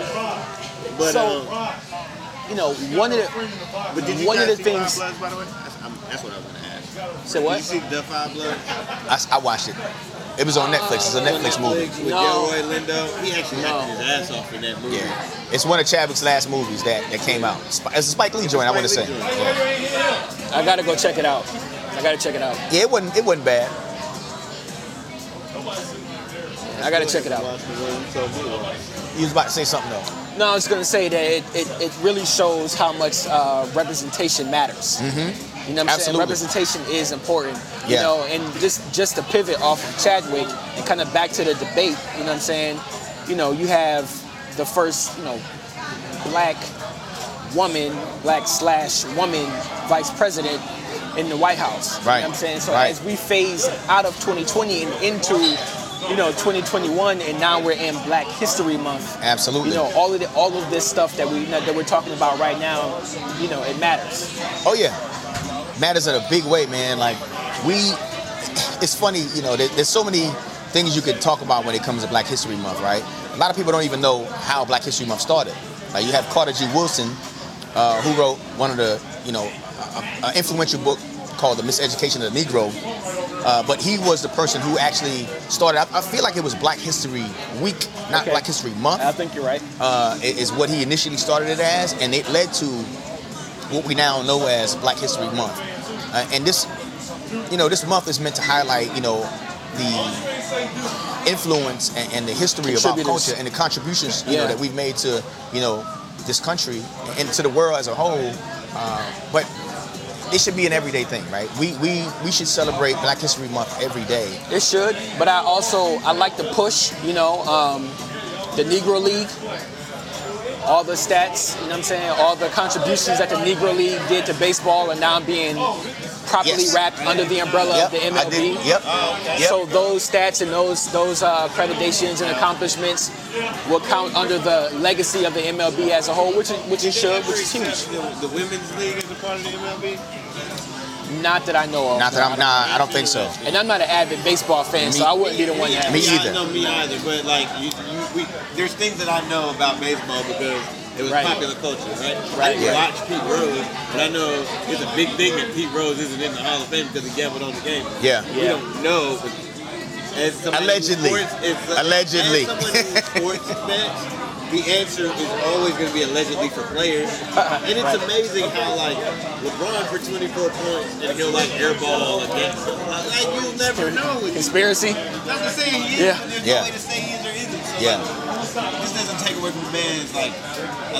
Speaker 2: But
Speaker 3: So-
Speaker 2: um,
Speaker 3: You know, one of the
Speaker 2: But did you
Speaker 3: One
Speaker 2: guys
Speaker 3: of the
Speaker 2: see
Speaker 3: things-
Speaker 2: Five Bloods, by the way? That's, I'm, that's what I was gonna ask.
Speaker 3: say
Speaker 2: Did
Speaker 3: what?
Speaker 2: you see the Five Bloods?
Speaker 1: I, I watched it. It was on Netflix.
Speaker 2: Oh,
Speaker 1: It's a Netflix movie.
Speaker 2: With
Speaker 3: No.
Speaker 2: Delroy Lindo, he actually
Speaker 3: No.
Speaker 2: acted his ass off in that movie.
Speaker 1: Yeah. It's one of Chadwick's last movies that, that came out. It's a Spike Lee joint, I want to say.
Speaker 2: Spike Lee
Speaker 1: Yeah.
Speaker 3: I gotta go check it out. I gotta check it out.
Speaker 1: Yeah, it wasn't it wasn't bad.
Speaker 3: I gotta check it out.
Speaker 2: Watch the one you told me about.
Speaker 1: You was about to say something though.
Speaker 3: No, I was gonna say that it, it, it really shows how much uh, representation matters. You know what I'm
Speaker 1: Mm-hmm. Absolutely.
Speaker 3: saying? Representation is important. You
Speaker 1: Yeah.
Speaker 3: know, and just just to pivot off of Chadwick and kind of back to the debate, you know what I'm saying? You know, you have the first, you know, black woman, black slash woman vice president in the White House. You know
Speaker 1: Right.
Speaker 3: what I'm saying? So
Speaker 1: Right.
Speaker 3: as we phase out of 2020 and into you know 2021 and now we're in Black History Month.
Speaker 1: Absolutely.
Speaker 3: You know, all of the, all of this stuff that we that we're talking about right now, you know, it matters.
Speaker 1: Oh yeah, matters in a big way, man. Like we, it's funny, you know. There, there's so many things you could talk about when it comes to Black History Month, right? A lot of people don't even know how Black History Month started. Like you have Carter G. Wilson, uh, who wrote one of the, you know, an influential book called The Miseducation of the Negro. Uh, but he was the person who actually started. I, I feel like it was Black History Week, not
Speaker 3: Okay.
Speaker 1: Black History Month
Speaker 3: I think you're right.
Speaker 1: uh, i- is what he initially started it as, and it led to what we now know as Black History Month. Uh, and this, you know, this month is meant to highlight, you know, the influence and, and the history of our
Speaker 3: Contributors.
Speaker 1: culture and the contributions, you know,
Speaker 3: Yeah.
Speaker 1: that we've made to, you know, this country and to the world as a whole. Uh, but it should be an everyday thing, right? We we we should celebrate Black History Month every day.
Speaker 3: It should, but I also I like to push, you know, um, the Negro League, all the stats, you know what I'm saying, all the contributions that the Negro League did to baseball are now being properly
Speaker 1: Yes.
Speaker 3: wrapped under the umbrella of the
Speaker 1: Yep, I did-
Speaker 3: MLB.
Speaker 1: Yep. Yep.
Speaker 3: Oh, So those stats and those those uh, accreditations and accomplishments will count under the legacy of the MLB as a whole, which it- which it should, which is huge.
Speaker 2: The, the women's league is a part of the MLB.
Speaker 3: Not that I know of.
Speaker 1: Not that I'm nah, I don't think so.
Speaker 3: and I'm not an avid baseball fan, so I wouldn't be the one.
Speaker 2: Yeah,
Speaker 3: to
Speaker 1: Me
Speaker 2: yeah,
Speaker 1: either.
Speaker 2: I know me either, but like you, you, we, there's things that I know about baseball because it was
Speaker 3: Right.
Speaker 2: popular culture, right? I
Speaker 3: Right,
Speaker 2: didn't
Speaker 1: right.
Speaker 2: watch Pete Rose, but I know it's a big thing that Pete Rose isn't in the Hall of Fame because he gambled on the game.
Speaker 1: Yeah.
Speaker 2: we
Speaker 3: Yeah.
Speaker 2: don't know. But as somebody who
Speaker 1: Allegedly.
Speaker 2: sports- as-
Speaker 1: Allegedly.
Speaker 2: as someone who sports bets, the answer is always going to be allegedly for players, and it's amazing how like LeBron for 24 points and he'll like airball against him. Like you'll never know. with
Speaker 3: Conspiracy.
Speaker 2: I'm just saying he is,
Speaker 3: Yeah.
Speaker 2: but there's
Speaker 1: Yeah.
Speaker 2: no way to say he is or isn't. So
Speaker 1: Yeah.
Speaker 2: like, this doesn't take away from the man's like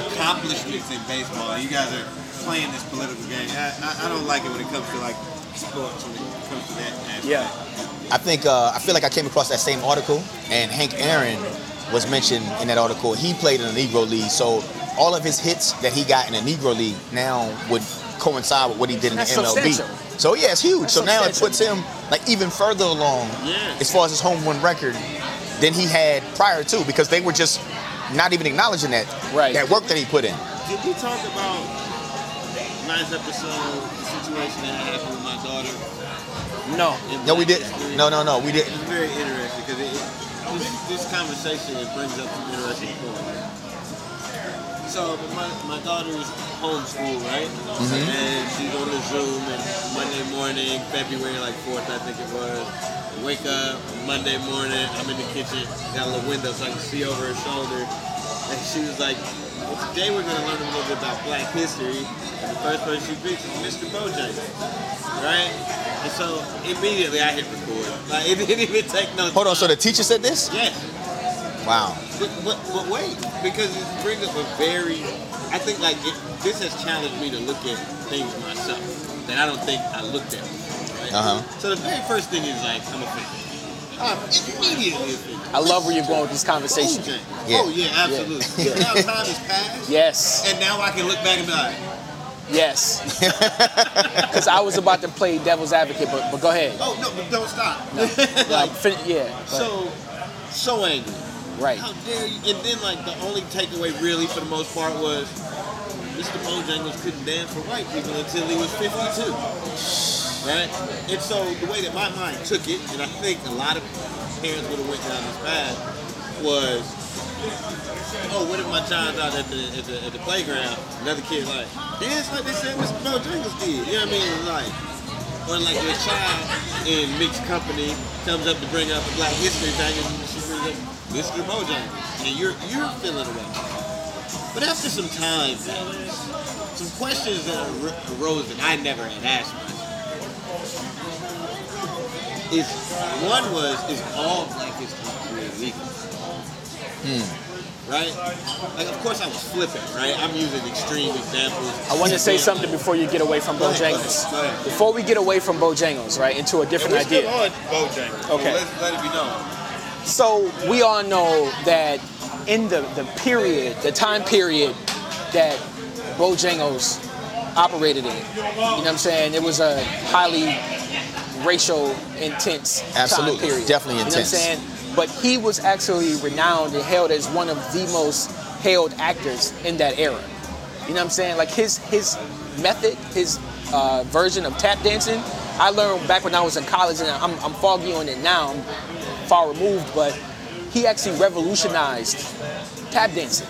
Speaker 2: accomplishments in baseball. You guys are playing this political game. I, I, I don't like it when it comes to like sports when it comes to that aspect.
Speaker 3: Yeah.
Speaker 1: I think uh, I feel like I came across that same article, and Hank Aaron was mentioned in that article. He played in the Negro League, so all of his hits that he got in the Negro League now would coincide with what he did in
Speaker 3: That's
Speaker 1: the MLB.
Speaker 3: substantial.
Speaker 1: So yeah, it's huge.
Speaker 3: That's
Speaker 1: so now it puts
Speaker 3: substantial.
Speaker 1: him like even further along
Speaker 2: Yeah.
Speaker 1: as far as his home run record than he had prior to, because they were just not even acknowledging that
Speaker 3: Right.
Speaker 1: that work that he put in.
Speaker 2: Did we talk about last episode the situation that happened with my daughter?
Speaker 3: No.
Speaker 2: in
Speaker 1: No, we
Speaker 2: Black History?
Speaker 1: didn't. No, no, no, we didn't.
Speaker 2: It's very interesting because it, it, this, this conversation it brings up some interesting points. So my, my daughter's homeschool, right? And she's on the Zoom and Monday morning, February like 4th, I think it was. Wake up, Monday morning, I'm in the kitchen, got a little window so I can see over her shoulder. And she was like, well, today we're going to learn a little bit about black history. And the first person she picks is Mr. Bojangles right? And so immediately I hit record. Like it didn't even take no.
Speaker 1: Hold on. So the teacher said this?
Speaker 2: Yes,
Speaker 1: Wow.
Speaker 2: but, but, but wait, because it brings up a very. I think like it, this has challenged me to look at things myself that I don't think I looked at. Before, right?
Speaker 1: Uh-huh.
Speaker 2: So the very first thing is like I'm offended. I'm immediately offended.
Speaker 3: I love where you're going with this conversation.
Speaker 2: Bojangles.
Speaker 1: Yeah.
Speaker 2: Oh yeah, absolutely.
Speaker 1: Yeah.
Speaker 2: Now time has passed,
Speaker 3: Yes,
Speaker 2: and now I can look back and be like,
Speaker 3: yes. Because I was about to play devil's advocate, but, but go ahead.
Speaker 2: oh no, but don't stop.
Speaker 3: Like,
Speaker 2: like,
Speaker 3: fin- yeah, but-
Speaker 2: so, so angry.
Speaker 3: right.
Speaker 2: How dare you? And then, like, the only takeaway, really, for the most part, was Mr. Bojangles couldn't dance for white people until he was 52. Right? And so, the way that my mind took it, and I think a lot of parents would have went down this path, was, oh, what if my child's out at the, at the, at the playground? Another kid, like, dance like they said Mr. Bojangles did. You know what I mean? Like, or like your child in mixed company comes up to bring up a Black History thing and she brings up Mr. Bojangles, and you're you're feeling away. But after some time, man, some questions that ar- arose that I never had asked myself is
Speaker 3: Hmm.
Speaker 2: one was is all Black History really legal? right? Like, of course I was flipping, right? I'm using extreme examples.
Speaker 3: I want to say something before you get away from
Speaker 2: Go ahead,
Speaker 3: Bojangles.
Speaker 2: go ahead.
Speaker 3: Before we get away from Bojangles, right, into a
Speaker 2: And
Speaker 3: different
Speaker 2: we're still
Speaker 3: idea.
Speaker 2: on Bojangles.
Speaker 3: Okay.
Speaker 2: So let's let it be known.
Speaker 3: So we all know that in the, the period, the time period that Bojangles operated in, you know what I'm saying? It was a highly racial intense
Speaker 1: Absolutely.
Speaker 3: time period.
Speaker 1: Definitely intense.
Speaker 3: You know what I'm saying? But he was actually renowned and hailed as one of the most hailed actors in that era. You know what I'm saying? Like his his method, his uh, version of tap dancing, I learned back when I was in college, and I'm, I'm foggy on it now. I'm far removed, but he actually revolutionized tap dancing.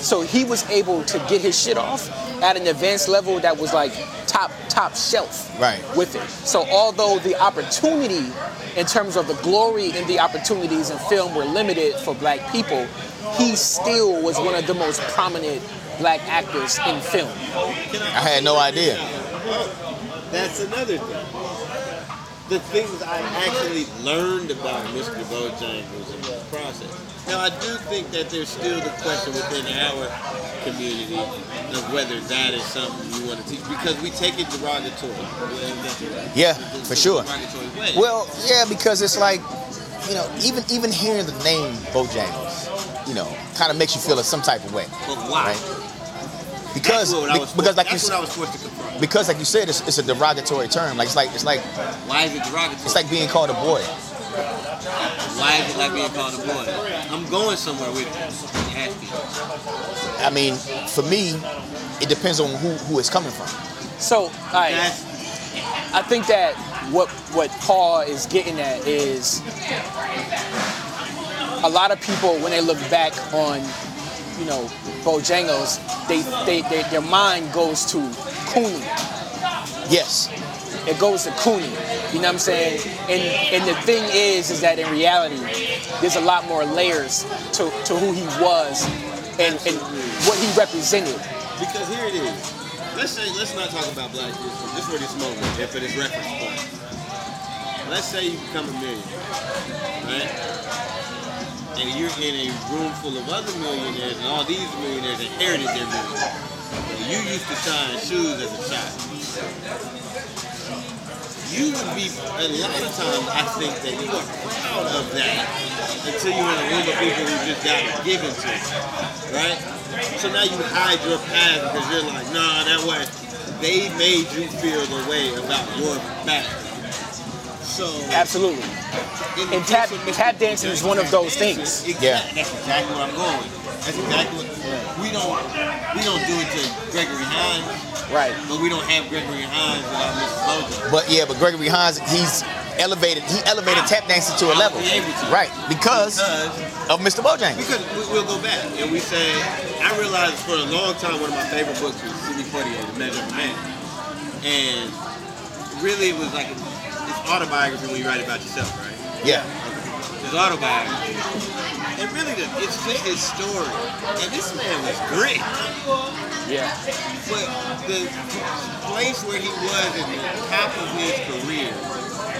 Speaker 3: So he was able to get his shit off at an advanced level that was like top top shelf
Speaker 1: Right.
Speaker 3: with it. So although the opportunity in terms of the glory and the opportunities in film were limited for black people, he still was one of the most prominent black actors in film.
Speaker 1: I had no idea.
Speaker 2: That's another thing. The things I actually learned about Mr. Bojangles in this process. Now, I do think that there's still the question within our community of whether that is something you want to teach because we take it derogatory.
Speaker 1: Yeah, for sure.
Speaker 2: Derogatory way.
Speaker 1: Well, yeah, because it's like, you know, even even hearing the name Bojangles, you know, kind of makes you feel a some type of way,
Speaker 2: but why?
Speaker 1: right?
Speaker 2: That's
Speaker 1: Because
Speaker 2: what I was
Speaker 1: because like you s-
Speaker 2: that's what I was forced to confront.
Speaker 1: because like you said, it's, it's a derogatory term. Like it's like it's like
Speaker 2: Why is it derogatory?
Speaker 1: it's like being called a boy.
Speaker 2: Why is it like being called a boy? I'm going somewhere with you. It has to.
Speaker 1: I mean, for me, it depends on who who it's coming from.
Speaker 3: So all right,
Speaker 2: That's
Speaker 3: I think that what what Paul is getting at is a lot of people when they look back on you know Bojangles, they, they, they their mind goes to Cooney.
Speaker 1: Yes,
Speaker 3: it goes to Cooney. You know what I'm saying? And and the thing is, is that in reality, there's a lot more layers to, to who he was and, and what he represented.
Speaker 2: Because here it is. Let's say let's not talk about black people. This is where this moment, if it is reference point. Let's say you become a millionaire, right? And you're in a room full of other millionaires, and all these millionaires inherited their millionaire. And you used to shine shoes as a child. You would be a lot of times. I think that you are proud of that until you're in a room of people who just got it given to you right? So now you hide your past because you're like, nah, that way. They made you feel the way about your back. So
Speaker 3: Absolutely.
Speaker 2: in
Speaker 3: And tap-
Speaker 2: case of Mr.
Speaker 3: tap dancing is one of those
Speaker 2: Dancing,
Speaker 3: things.
Speaker 2: Exactly,
Speaker 1: Yeah.
Speaker 2: That's exactly where I'm going. That's exactly what we don't we don't do it to Gregory Hines,
Speaker 3: Right.
Speaker 2: but we don't have Gregory Hines without Mr. Bojo.
Speaker 1: but yeah, but Gregory Hines, he's elevated. He elevated tap dancing to a level,
Speaker 2: I'll be able to.
Speaker 1: right? Because
Speaker 2: Because
Speaker 1: of Mr. Bojangles.
Speaker 2: Because we, we'll go back and we say, I realized for a long time one of my favorite books was Sidney Poitier, The Measure of a Man. And really it was like, a, it's autobiography when you write about yourself, right?
Speaker 1: Yeah,
Speaker 2: It's autobiography. And really, the, it's just his story. And this man was grit.
Speaker 3: Yeah.
Speaker 2: But the place where he was in the top of his career,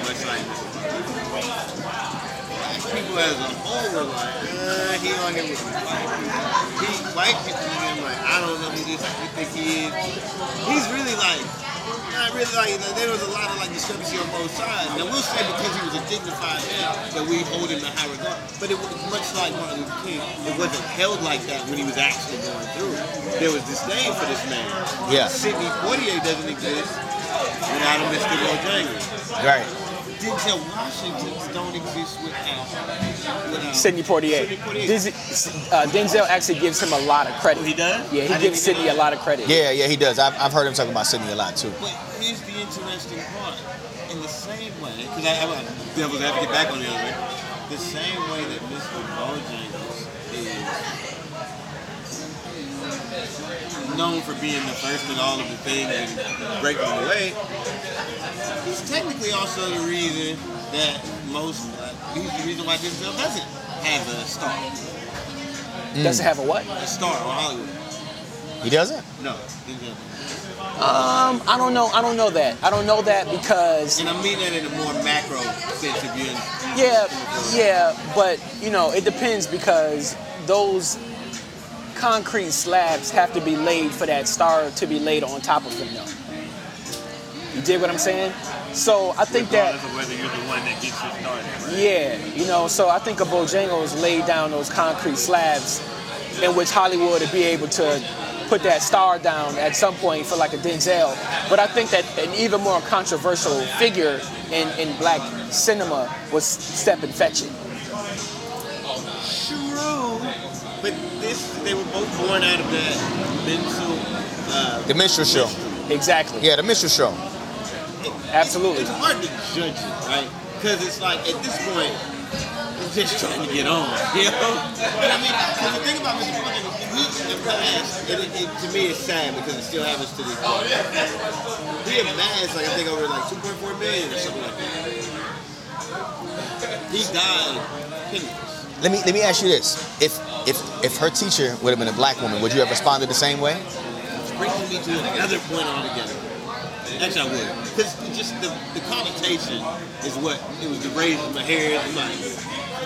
Speaker 2: much like this, black people as a whole were like, uh, he on here with white people. He, white people being like, I don't know who this you think he is. He's really like, not really like, you know, there was a lot of like discrepancy on both sides. Now we'll say because he was a dignified man that we hold him in high regard. But it was much like Martin Luther King, it wasn't held like that when he was actually going through it. There was disdain for this man.
Speaker 1: Yeah.
Speaker 2: Sidney Poitier doesn't exist without a Mr. Bojangles.
Speaker 1: right.
Speaker 2: Denzel Washington's don't exist without, without
Speaker 3: Sidney Poitier.
Speaker 2: Sidney Poitier.
Speaker 3: Denzel, uh, Denzel actually gives him a lot of credit.
Speaker 2: Oh, he does?
Speaker 3: Yeah,
Speaker 2: I
Speaker 3: he
Speaker 2: didn't
Speaker 3: gives
Speaker 2: even
Speaker 3: Sidney
Speaker 2: know
Speaker 3: a lot of credit.
Speaker 1: Yeah, yeah, he does. I've, I've heard him talking about Sydney a lot too.
Speaker 2: But here's the interesting part. In the same way, because I, I, devil's advocate back on the other way, the same way that Mr. Bojangles is known for being the first in all of the things and breaking the way, he's technically also the reason that most, uh, he's the reason why this film doesn't have a star,
Speaker 3: Doesn't have a what?
Speaker 2: a star on Hollywood.
Speaker 1: He doesn't.
Speaker 2: No, Denzel.
Speaker 3: Um, I don't know. I don't know that. I don't know that because
Speaker 2: And I mean that in a more macro sense of you.
Speaker 3: Yeah, yeah, but you know, it depends because those concrete slabs have to be laid for that star to be laid on top of them, though. You dig what I'm saying? So I think that
Speaker 4: Regardless of whether you're the one that gets you started, right?
Speaker 3: yeah, you know, so I think of Bojangles laid down those concrete slabs in which Hollywood would be able to put that star down at some point for like a Denzel. But I think that an even more controversial figure in, in black cinema was Step and Fetch It.
Speaker 2: True, but this they were both born out of that mental. Uh,
Speaker 1: The minstrel show.
Speaker 3: Exactly.
Speaker 1: Yeah, the minstrel show.
Speaker 3: Absolutely.
Speaker 2: It's hard to judge it, right? Because it's like at this point, it's just trying to get on, you know. But I mean, 'cause the thing about Mr. Fucking, he in the past, it, it, to me, it's sad because it still happens to this point. He amassed, like I think, over like 2.4 million or something like that. He died penniless.
Speaker 1: Let me let me ask you this: if if if her teacher would have been a black woman, would you have responded the same way?
Speaker 2: brings me to another point altogether. Actually, I would. Because just the, the connotation is what it was the raising my hair and like,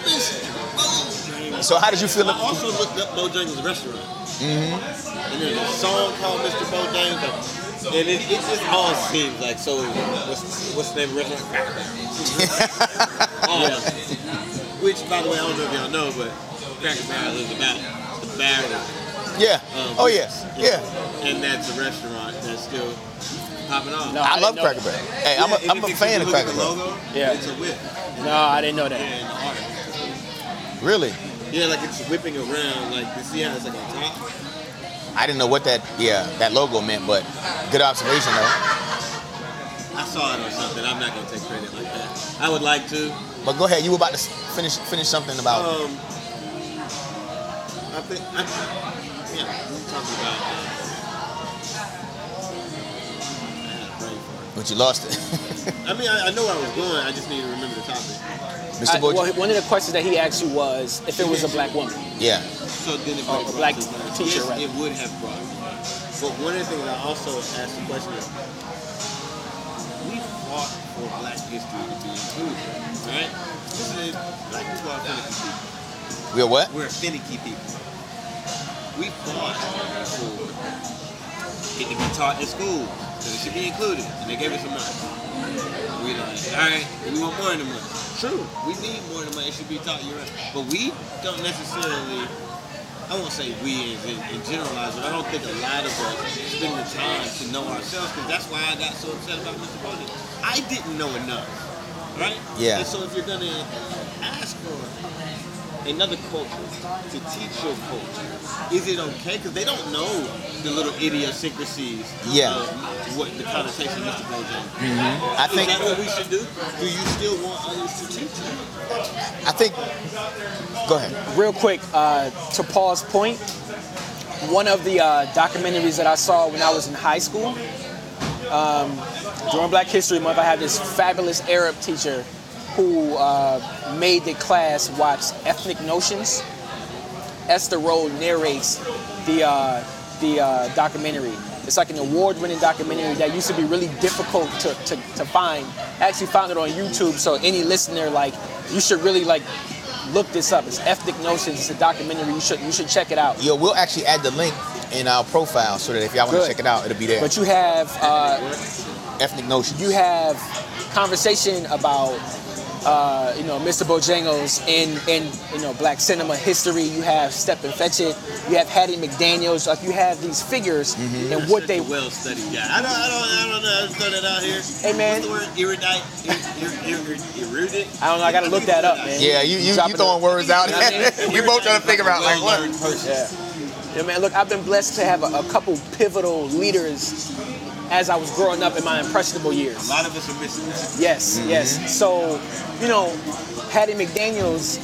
Speaker 2: this Bojangles.
Speaker 1: So how did you feel?
Speaker 2: I also looked up Bojangles restaurant. Mm-hmm. And there's a song called Mr. Bojangles. And it, it just all seems like so. What's, what's the name of the restaurant? All of it. Which, by the way, I don't know if y'all know, but Cracker Barrel is about the barrel
Speaker 1: Yeah.
Speaker 2: um,
Speaker 1: Oh yeah. Yeah.
Speaker 2: And that's a restaurant that's still popping off.
Speaker 3: No,
Speaker 1: I love
Speaker 3: didn't
Speaker 1: Cracker
Speaker 3: know
Speaker 1: Barrel. Hey, I'm a,
Speaker 2: Yeah,
Speaker 1: I'm
Speaker 2: if
Speaker 1: a
Speaker 2: you
Speaker 1: fan of
Speaker 2: look at
Speaker 1: Cracker
Speaker 2: the
Speaker 1: Barrel.
Speaker 2: logo,
Speaker 3: Yeah.
Speaker 2: It's a whip.
Speaker 3: No, I didn't know that.
Speaker 2: And art.
Speaker 1: Really?
Speaker 2: Yeah, like it's whipping around. Like you see how it's like on top.
Speaker 1: I didn't know what that yeah that logo meant, but good observation though.
Speaker 2: I saw it on something. I'm not gonna take credit like that. I would like to.
Speaker 1: But go ahead, you were about to s- finish finish something about
Speaker 2: Um, I think. I, yeah, we were talking about. uh, I had a brain fart.
Speaker 1: but you lost it,
Speaker 2: I mean, I, I know where I was going. I just need to remember the topic.
Speaker 1: Mr.
Speaker 3: I-
Speaker 1: Boj-
Speaker 3: well, one of the questions that he asked you was if it was a black woman.
Speaker 1: Yeah.
Speaker 2: So then it
Speaker 3: Oh,
Speaker 2: brought
Speaker 3: black
Speaker 2: me to that.
Speaker 3: teacher,
Speaker 2: yes,
Speaker 3: right.
Speaker 2: It would have brought me. But one of the things I also asked the question is, we fought for black history to be included, right? This is black people are finicky people.
Speaker 1: We're what?
Speaker 2: We're finicky people. We fought for it to be taught in school, so it should be included, and they gave us a month. We like, all right, we want more than a month. True, we need more than a month. It should be taught year round, but we don't necessarily. I won't say we as in, in generalize, but I don't think a lot of us spend the time to know ourselves because that's why I got so upset about Mr. Bowden. I didn't know enough, right?
Speaker 1: Yeah.
Speaker 2: And so if you're gonna ask for another culture to teach your culture, is it okay? Because they don't know the little idiosyncrasies
Speaker 1: Yeah.
Speaker 2: of what the connotation of Mr. Bojangles.
Speaker 1: I think
Speaker 2: is that what we should do? Do you still want others to teach you?
Speaker 1: I think. Go ahead.
Speaker 3: Real quick, uh, to Paul's point, one of the uh, documentaries that I saw when I was in high school, um, during Black History Month, I had this fabulous Arab teacher who uh, made the class watch Ethnic Notions. Esther Rowe narrates the uh, the uh, documentary. It's like an award-winning documentary that used to be really difficult to, to, to find. I actually found it on YouTube, so any listener like you should really like look this up. It's Ethnic Notions. It's a documentary. You should you should check it out.
Speaker 1: Yo, we'll actually add the link in our profile so that if y'all want
Speaker 3: Good.
Speaker 1: to check it out, it'll be there.
Speaker 3: But you have uh,
Speaker 1: Ethnic notions.
Speaker 3: you have conversation about uh, you know Mr. Bojangles in in you know black cinema history. You have Step and Fetch It. You have Hattie McDaniel's. Like you have these figures and what they.
Speaker 2: well studied guy. I don't, I don't, I don't know. I just throw that out here.
Speaker 3: Hey, man.
Speaker 2: What's the word? Erudite. Er, er, er, erudite.
Speaker 3: I don't know. I gotta look that up, man.
Speaker 1: yeah, you you, you
Speaker 3: Dropping
Speaker 1: throwing
Speaker 3: it.
Speaker 1: words out.
Speaker 3: You know what I
Speaker 1: we both trying to figure out like what.
Speaker 2: Well-learned person.
Speaker 3: Yeah. Yeah, man. Look, I've been blessed to have a, a couple pivotal leaders as I was growing up in my impressionable years.
Speaker 2: A lot of us are missing that.
Speaker 3: Yes, yes. So, you know, Hattie McDaniels,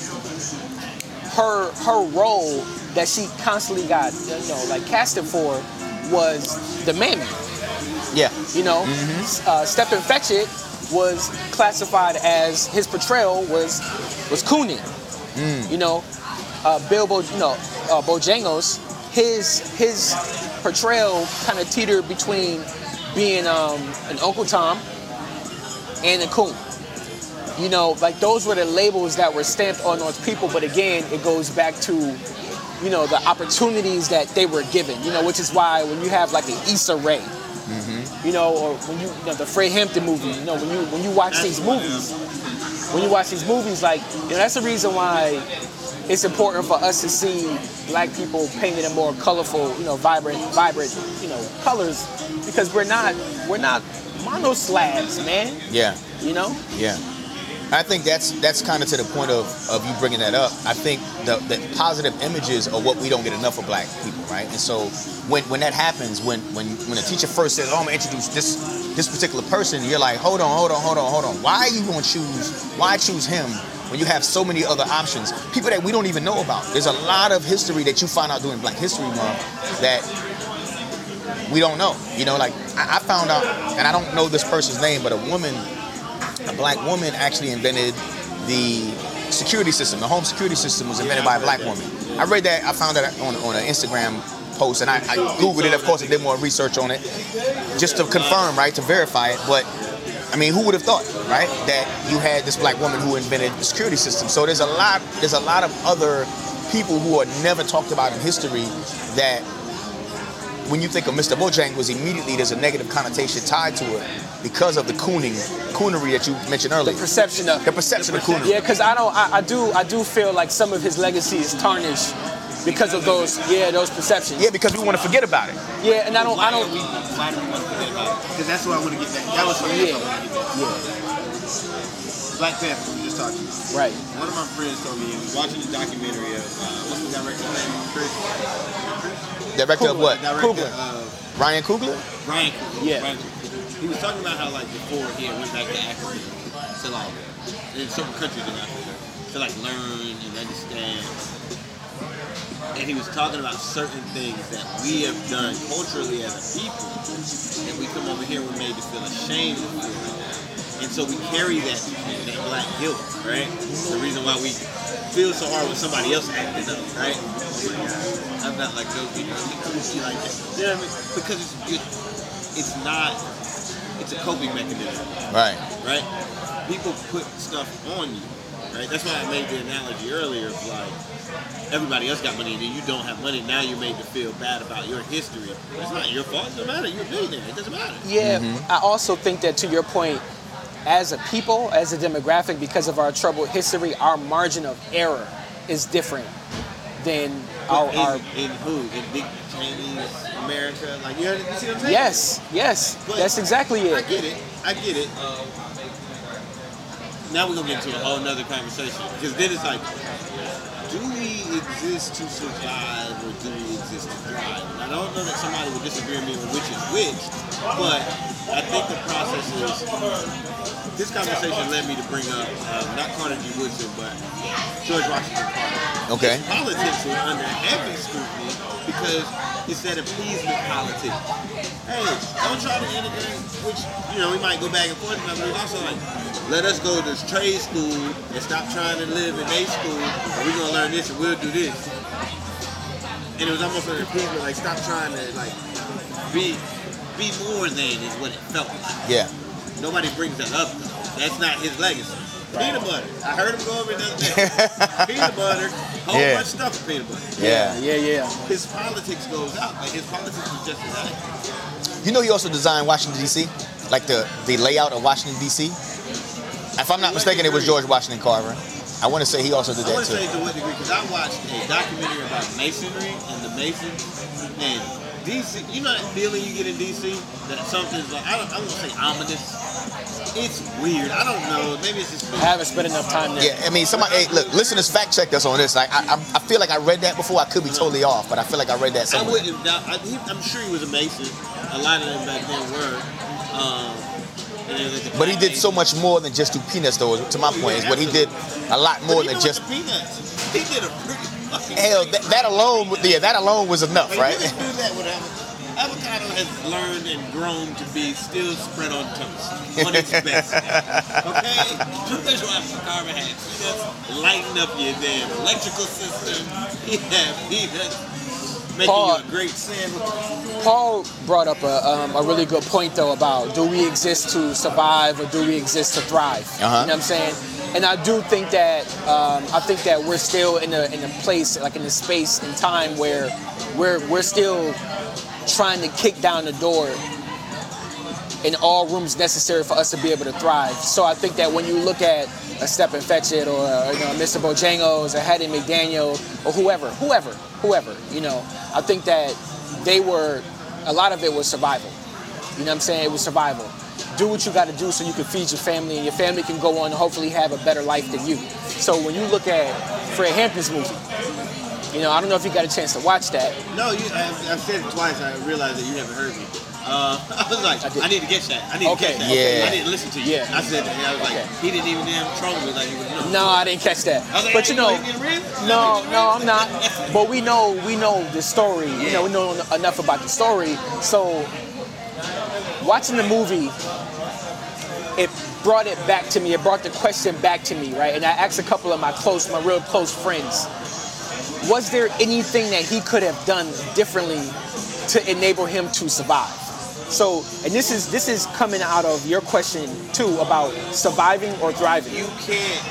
Speaker 3: her her role that she constantly got, you know, like casted for was the mammy.
Speaker 1: Yeah.
Speaker 3: You know, uh, Step and Fetch It was classified as his portrayal was was Coonan. You know, uh, Bilbo, you know, uh, Bojangles, his his portrayal kind of teetered between being um, an Uncle Tom and a coon. You know, like those were the labels that were stamped on those people. But again, it goes back to you know, the opportunities that they were given, you know, which is why when you have like an Issa Rae, you know, or when you, you know, the Fred Hampton movie, you know, when you when you watch these movies, when you watch these movies, like, you know, that's the reason why it's important for us to see black people painted in more colorful, you know, vibrant, vibrant, you know, colors, because we're not we're not mono slabs, man.
Speaker 1: Yeah.
Speaker 3: You know,
Speaker 1: Yeah. I think that's that's kind of to the point of, of you bringing that up. I think the, the positive images are what we don't get enough of black people, right? And so when, when that happens, when, when when a teacher first says, "Oh, I'm gonna introduce this this particular person," you're like, "Hold on, hold on, hold on, hold on. Why are you gonna choose? Why choose him when you have so many other options? People that we don't even know about. There's a lot of history that you find out during Black History Month that we don't know. You know, like I, I found out, and I don't know this person's name, but a woman, a black woman, actually invented the security system. The home security system was invented by a black woman. I read that. I found that on on an Instagram post, and I, I googled it. Of course, I did more research on it just to confirm, right, to verify it. But I mean, who would have thought, right, that you had this black woman who invented the security system? So there's a lot, there's a lot of other people who are never talked about in history that when you think of Mr. Bojangles, immediately there's a negative connotation tied to it because of the cooning, coonery that you mentioned earlier. The,
Speaker 3: perception of
Speaker 1: perception of coonery.
Speaker 3: Yeah, because I don't, I, I do, I do feel like some of his legacy is tarnished because of those, yeah, those perceptions.
Speaker 1: Yeah, because we want to forget about it.
Speaker 3: Yeah, and I don't,
Speaker 2: Why
Speaker 3: I don't,
Speaker 2: we why do we want to forget about it? Because that's what I want to get back. That was something else I want to get back. Black Panther, we just talked to you.
Speaker 3: right.
Speaker 2: One of my friends told me he was watching the documentary of uh, what's the director's name? Chris.
Speaker 1: Director of what?
Speaker 2: Director
Speaker 3: Coogler.
Speaker 2: of
Speaker 1: Ryan Coogler?
Speaker 2: Ryan Coogler.
Speaker 3: Yeah.
Speaker 2: Ryan Coogler. He was talking about how like before he had went back to Africa to like in certain countries in Africa to like learn and understand. And he was talking about certain things that we have done culturally as a people that we come over here we're made to feel ashamed of doing like that. And so we carry that that black guilt, right? The reason why we feel so hard when somebody else acted up, right? Oh my God, I'm not like those people. I'm just like that. You know what I mean? Because it's, it's- it's not, it's a coping mechanism
Speaker 1: Right.
Speaker 2: right? People put stuff on you, right? That's why I made the analogy earlier of like everybody else got money and then you don't have money. Now you're made to feel bad about your history. That's not your fault. It doesn't matter. You're a billionaire. It doesn't matter.
Speaker 3: Yeah, I also think that to your point, as a people, as a demographic, because of our troubled history, our margin of error is different than our,
Speaker 2: in,
Speaker 3: our
Speaker 2: in who? In big Chinese America? Like you, know, you see what I'm saying?
Speaker 3: yes, yes,
Speaker 2: But-
Speaker 3: that's exactly
Speaker 2: I
Speaker 3: it.
Speaker 2: get it. I get it. Now we're gonna get into a whole nother conversation because then it's like, do we exist to survive or do we exist to thrive? And I don't know that somebody would disagree with me on which is which, but I think the process is. This conversation led me to bring up uh, not Carter G. Woodson, but George Washington Carter
Speaker 1: Okay.
Speaker 2: politics were under heavy scrutiny because it's that appeasement politics. Hey, don't try to integrate, which, you know, we might go back and forth, but it's also like, let us go to trade school and stop trying to live in a school, and we're going to learn this and we'll do this. And it was almost an appeasement, like, stop trying to, like, be, be more than is what it felt like.
Speaker 1: Yeah.
Speaker 2: Nobody brings that up. though. That's not his legacy. Peanut butter. I heard him go over the other day. peanut butter. Whole
Speaker 1: Yeah.
Speaker 2: bunch of stuff for peanut butter.
Speaker 1: Yeah.
Speaker 3: yeah, yeah.
Speaker 2: His politics goes out. Like his politics is just that.
Speaker 1: You know, he also designed Washington D.C. Like the the layout of Washington D.C. If I'm not mistaken, it was George Washington Carver. I want to say he also did
Speaker 2: I
Speaker 1: that
Speaker 2: want to
Speaker 1: too.
Speaker 2: say to what degree because I watched a documentary about masonry and the masons and DC. You know that feeling you get in DC that something's like I don't. I won't say ominous. It's weird. I don't know. Maybe it's just.
Speaker 3: I haven't spent enough time there.
Speaker 1: Yeah, I mean, somebody. Hey, look, listeners, fact check us on this. Like, I, I, I feel like I read that before. I could be totally off, but I feel like I read that
Speaker 2: I
Speaker 1: somewhere.
Speaker 2: wouldn't doubt. I, he, I'm sure he was a Mason. A lot of them back then were. Um, and they was like the
Speaker 1: But he did so
Speaker 2: Masons.
Speaker 1: much more than just do peanuts, though. To my point, is what he did a lot
Speaker 2: But
Speaker 1: more
Speaker 2: you
Speaker 1: than
Speaker 2: know
Speaker 1: just
Speaker 2: what the peanuts. He did a pretty fucking.
Speaker 1: hell. That, that alone, would- yeah, that alone was enough,
Speaker 2: Like,
Speaker 1: right?
Speaker 2: you can do that with avocado. Avocado has learned and grown to be still spread on toast on its best. Okay, that's why avocado has peanuts. Lighten up your damn electrical system. He had peanuts. Making
Speaker 3: Paul.
Speaker 2: you a great sandwich.
Speaker 3: Paul brought up a, um, a really good point though about do we exist to survive or do we exist to thrive?
Speaker 1: Uh-huh.
Speaker 3: You know what I'm saying? and I do think that um, I think that we're still in a in a place like in a space and time where we're we're still trying to kick down the door in all rooms necessary for us to be able to thrive. So I think that when you look at a Step and Fetch It or uh, you know, Mr. Bojangles or Hattie McDaniel or whoever, whoever, whoever, you know, I think that they were, a lot of it was survival. You know what I'm saying? It was survival. Do what you got to do so you can feed your family and your family can go on and hopefully have a better life than you. So when you look at Fred Hampton's movie, you know, I don't know if you got a chance to watch that.
Speaker 2: No, you, I, I said it twice. I realized that you haven't heard me. Uh, I was like,
Speaker 3: I did.
Speaker 2: I, need to get that. I need
Speaker 3: Okay.
Speaker 2: to get that.
Speaker 1: Yeah.
Speaker 2: I need to listen to you.
Speaker 3: Yeah.
Speaker 2: I said that. and I was like,
Speaker 3: Okay.
Speaker 2: he didn't even damn troll me like he was. No.
Speaker 3: No, I didn't catch that.
Speaker 2: I was like,
Speaker 3: But you know,
Speaker 2: he didn't read?
Speaker 3: No, no, I'm not. But we know, we know the story. You know, we know en- enough about the story. So, watching the movie, it brought it back to me. It brought the question back to me, right? And I asked a couple of my close, my real close friends, was there anything that he could have done differently to enable him to survive? So, and this is this is coming out of your question too about surviving or thriving.
Speaker 2: You can't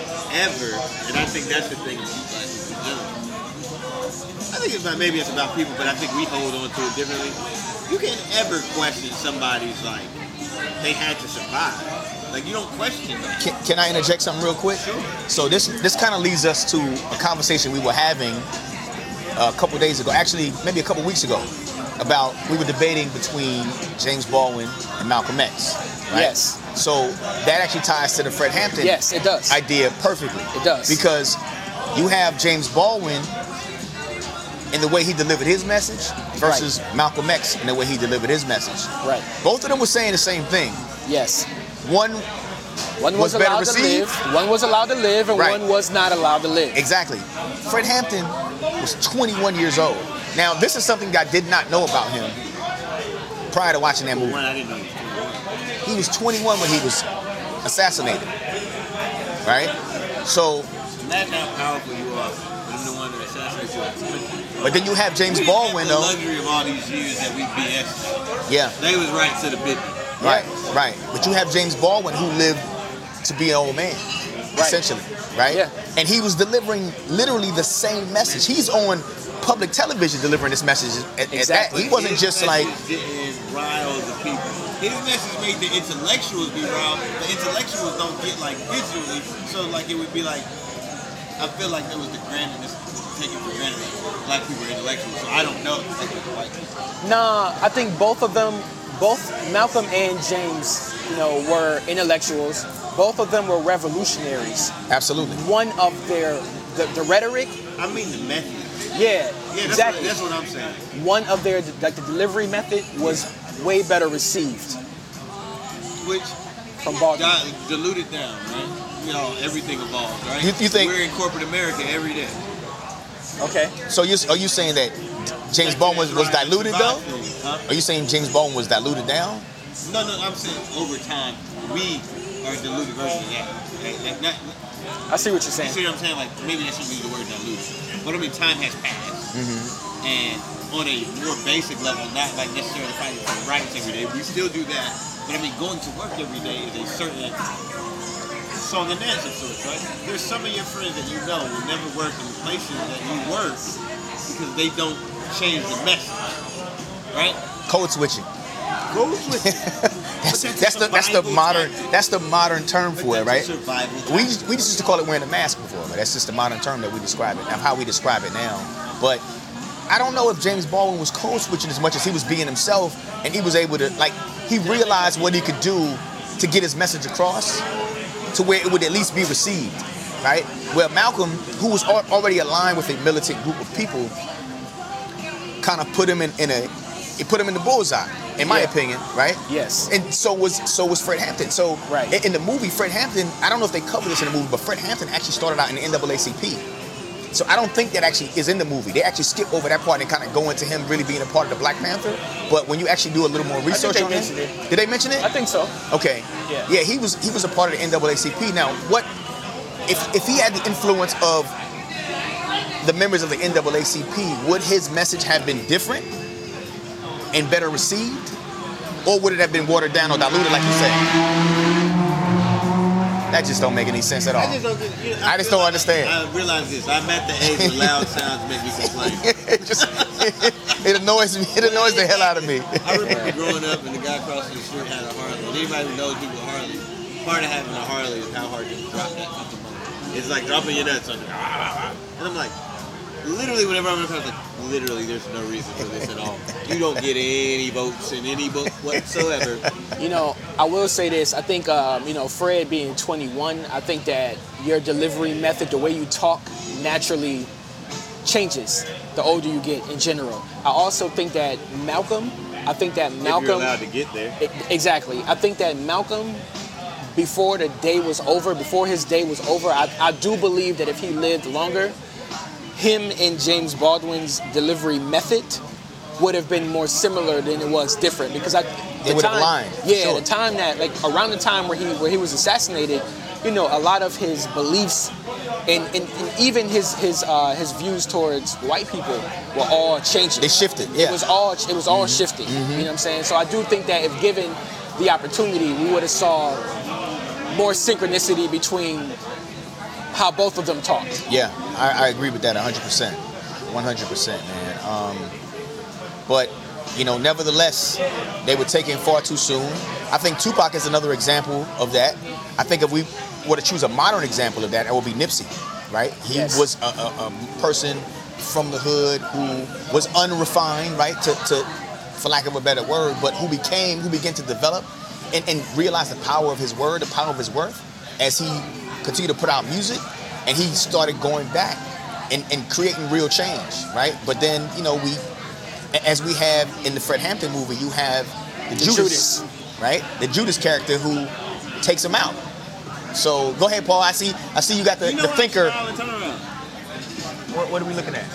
Speaker 2: ever, and I think that's the thing about black people in general. I think it's about maybe it's about people, but I think we hold on to it differently. You can't ever question somebody's like they had to survive. Like you don't question that.
Speaker 1: Can, can I interject something real quick?
Speaker 2: Sure.
Speaker 1: So this this kind of leads us to a conversation we were having uh, a couple days ago, actually maybe a couple weeks ago, about we were debating between James Baldwin and Malcolm X. Right?
Speaker 3: Yes.
Speaker 1: So that actually ties to the Fred Hampton
Speaker 3: Yes, it does.
Speaker 1: idea perfectly.
Speaker 3: It does.
Speaker 1: Because you have James Baldwin in the way he delivered his message versus Malcolm X in the way he delivered his message.
Speaker 3: Right.
Speaker 1: Both of them were saying the same thing.
Speaker 3: Yes.
Speaker 1: One
Speaker 3: One
Speaker 1: Was
Speaker 3: was,
Speaker 1: better
Speaker 3: allowed to
Speaker 1: received?
Speaker 3: live. One was allowed to live, and
Speaker 1: Right.
Speaker 3: one was not allowed to live.
Speaker 1: Exactly. Fred Hampton was 21 years old. Now, this is something that I did not know about him prior to watching that movie.
Speaker 2: One, I didn't know. he was doing.
Speaker 1: He was 21 when he was assassinated. Right? So,
Speaker 2: Imagine how powerful you are. when I'm the one that assassinates you. at 20.
Speaker 1: but then you have James
Speaker 2: We
Speaker 1: Baldwin,
Speaker 2: have the
Speaker 1: though.
Speaker 2: luxury of all these years that we BS.
Speaker 1: Yeah,
Speaker 2: They was right to the bit.
Speaker 1: right, right. But you have James Baldwin who lived to be an old man, essentially, right?
Speaker 3: Yeah.
Speaker 1: And he was delivering literally the same message. He's on public television delivering this message. At, at
Speaker 3: Exactly.
Speaker 1: that. He wasn't
Speaker 2: His
Speaker 1: just like,
Speaker 2: message didn't rile the people. His message made the intellectuals be riled. The intellectuals don't get like visually, so like it would be like I feel like that was the grandness taken for granted. that Black people are intellectuals, so I don't know. Like, like,
Speaker 3: Nah, I think both of them, both Malcolm and James, you know, were intellectuals. Both of them were revolutionaries.
Speaker 1: absolutely.
Speaker 3: One of their the, the rhetoric,
Speaker 2: I mean the method.
Speaker 3: yeah,
Speaker 2: Yeah, that's,
Speaker 3: exactly.
Speaker 2: what, that's what I'm saying.
Speaker 3: One of their like the delivery method was way better received
Speaker 2: Which
Speaker 3: from Baldwin.
Speaker 2: got diluted down, right? You know, everything evolved, right?
Speaker 1: You- you think-
Speaker 2: we're in corporate America every day?
Speaker 3: Okay.
Speaker 1: So you are you saying that James Bond was, was diluted though?
Speaker 2: Huh?
Speaker 1: Are you saying James Bond was diluted down?
Speaker 2: No, no, I'm saying over time, we are a diluted version of that. Like, like, not,
Speaker 3: I see what you're
Speaker 2: you see
Speaker 3: saying.
Speaker 2: what I'm saying? Like, maybe that shouldn't be the word diluted. But I mean, time has passed.
Speaker 1: Mm-hmm.
Speaker 2: And on a more basic level, not like necessarily fighting for rights every day, we still do that. But I mean, going to work every day is a certain song and dance of sorts, right? There's some of your friends that you know will never work in places that you work because they don't change the message, right?
Speaker 1: Code switching.
Speaker 2: Go with it.
Speaker 1: That's
Speaker 2: But
Speaker 1: that's
Speaker 2: that's
Speaker 1: the
Speaker 2: a
Speaker 1: that's the
Speaker 2: survival
Speaker 1: modern
Speaker 2: tactic.
Speaker 1: that's the modern term
Speaker 2: But
Speaker 1: for it, right?
Speaker 2: that's a survival
Speaker 1: We just, we just used to call it wearing a mask before, but that's just the modern term that we describe it now, how we describe it now. But I don't know if James Baldwin was code switching as much as he was being himself, and he was able to like he realized what he could do to get his message across, to where it would at least be received, right? Where Malcolm, who was al- already aligned with a militant group of people, kind of put him in, in a it put him in the bullseye, in my
Speaker 3: Yeah.
Speaker 1: opinion, right?
Speaker 3: Yes.
Speaker 1: And so was so was Fred Hampton. So
Speaker 3: Right.
Speaker 1: in- in the movie, Fred Hampton, I don't know if they cover this in the movie, but Fred Hampton actually started out in the NAACP. So I don't think that actually is in the movie. They actually skip over that part and kind of go into him really being a part of the Black Panther. But when you actually do a little more research
Speaker 3: they
Speaker 1: on him,
Speaker 3: mentioned it.
Speaker 1: did they mention it?
Speaker 3: I think so.
Speaker 1: Okay.
Speaker 3: Yeah.
Speaker 1: Yeah, he was he was a part of the NAACP. Now, what if if he had the influence of the members of the NAACP, would his message have been different and better received? Or would it have been watered down or diluted, like you said? That just don't make any sense at all.
Speaker 2: I just don't get. You know,
Speaker 1: I just
Speaker 2: feel
Speaker 1: don't
Speaker 2: like
Speaker 1: understand.
Speaker 2: I, I realize this. I'm at the age where loud sounds make me complain.
Speaker 1: it just it annoys me. It annoys the hell out of me.
Speaker 2: I remember growing up and the guy crossing the street had a Harley. And anybody who knows me with Harley, part of having a Harley is how hard you can drop that fucking motor. It's like dropping your nuts on it. And I'm like, literally, whenever I'm in the car, I was like, literally, there's no reason for this at all. You don't get any votes in any book whatsoever.
Speaker 3: You know, I will say this. I think, um, you know, Fred being 21, I think that your delivery method, the way you talk, naturally changes the older you get in general. I also think that Malcolm, I think that
Speaker 2: If you're
Speaker 3: Malcolm.
Speaker 2: allowed to get there.
Speaker 3: E- Exactly. I think that Malcolm, before the day was over, before his day was over, I, I do believe that if he lived longer, him and James Baldwin's delivery method would have been more similar than it was different because I
Speaker 1: They would have aligned, for
Speaker 3: Yeah,
Speaker 1: sure.
Speaker 3: the time that like around the time where he where he was assassinated, you know, a lot of his beliefs and, and, and even his his uh, his views towards white people were all changing.
Speaker 1: They shifted, yeah.
Speaker 3: It was all it was all shifting. You know what I'm saying? So I do think that if given the opportunity, we would have saw more synchronicity between how both of them talked.
Speaker 1: Yeah, I, I agree with that 100%. 100%, man. Um, but, you know, nevertheless, they were taken far too soon. I think Tupac is another example of that. I think if we were to choose a modern example of that, it would be Nipsey, right? He
Speaker 3: Yes.
Speaker 1: was a, a, a person from the hood who was unrefined, right? To, to, for lack of a better word, but who became, who began to develop and, and realize the power of his word, the power of his worth, as he continued to put out music, and he started going back and, and creating real change, right? But then, you know, we, a- as we have in the Fred Hampton movie, you have the Judas,
Speaker 3: Judas.
Speaker 1: right? The Judas character who takes him out. So go ahead, Paul. I see. I see you got the,
Speaker 2: You know
Speaker 1: the
Speaker 2: what?
Speaker 1: thinker.
Speaker 2: Solid turnaround.
Speaker 1: What, what are we looking at?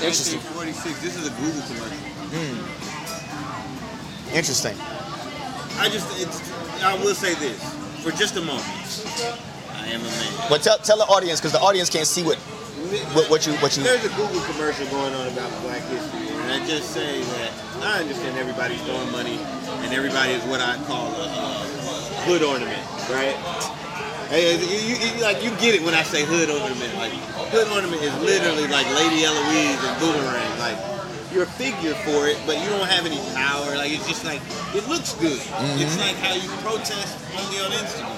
Speaker 3: Interesting.
Speaker 2: 1946. This is a Google commercial.
Speaker 1: Interesting.
Speaker 2: I just, it's, I will say this for just a moment. I am a man.
Speaker 1: But tell tell the audience because the audience can't see what what, what you what you.
Speaker 2: There's a Google commercial going on about Black history, and I just say that I understand everybody's throwing money, and everybody is what I call a, uh hood ornament, right? Hey, you, you, you- like you get it when I say hood ornament. Like hood ornament is literally like Lady Eloise and Boomerang. Like you're a figure for it, but you don't have any power. Like it's just like it looks good. It's like how you protest only on Instagram.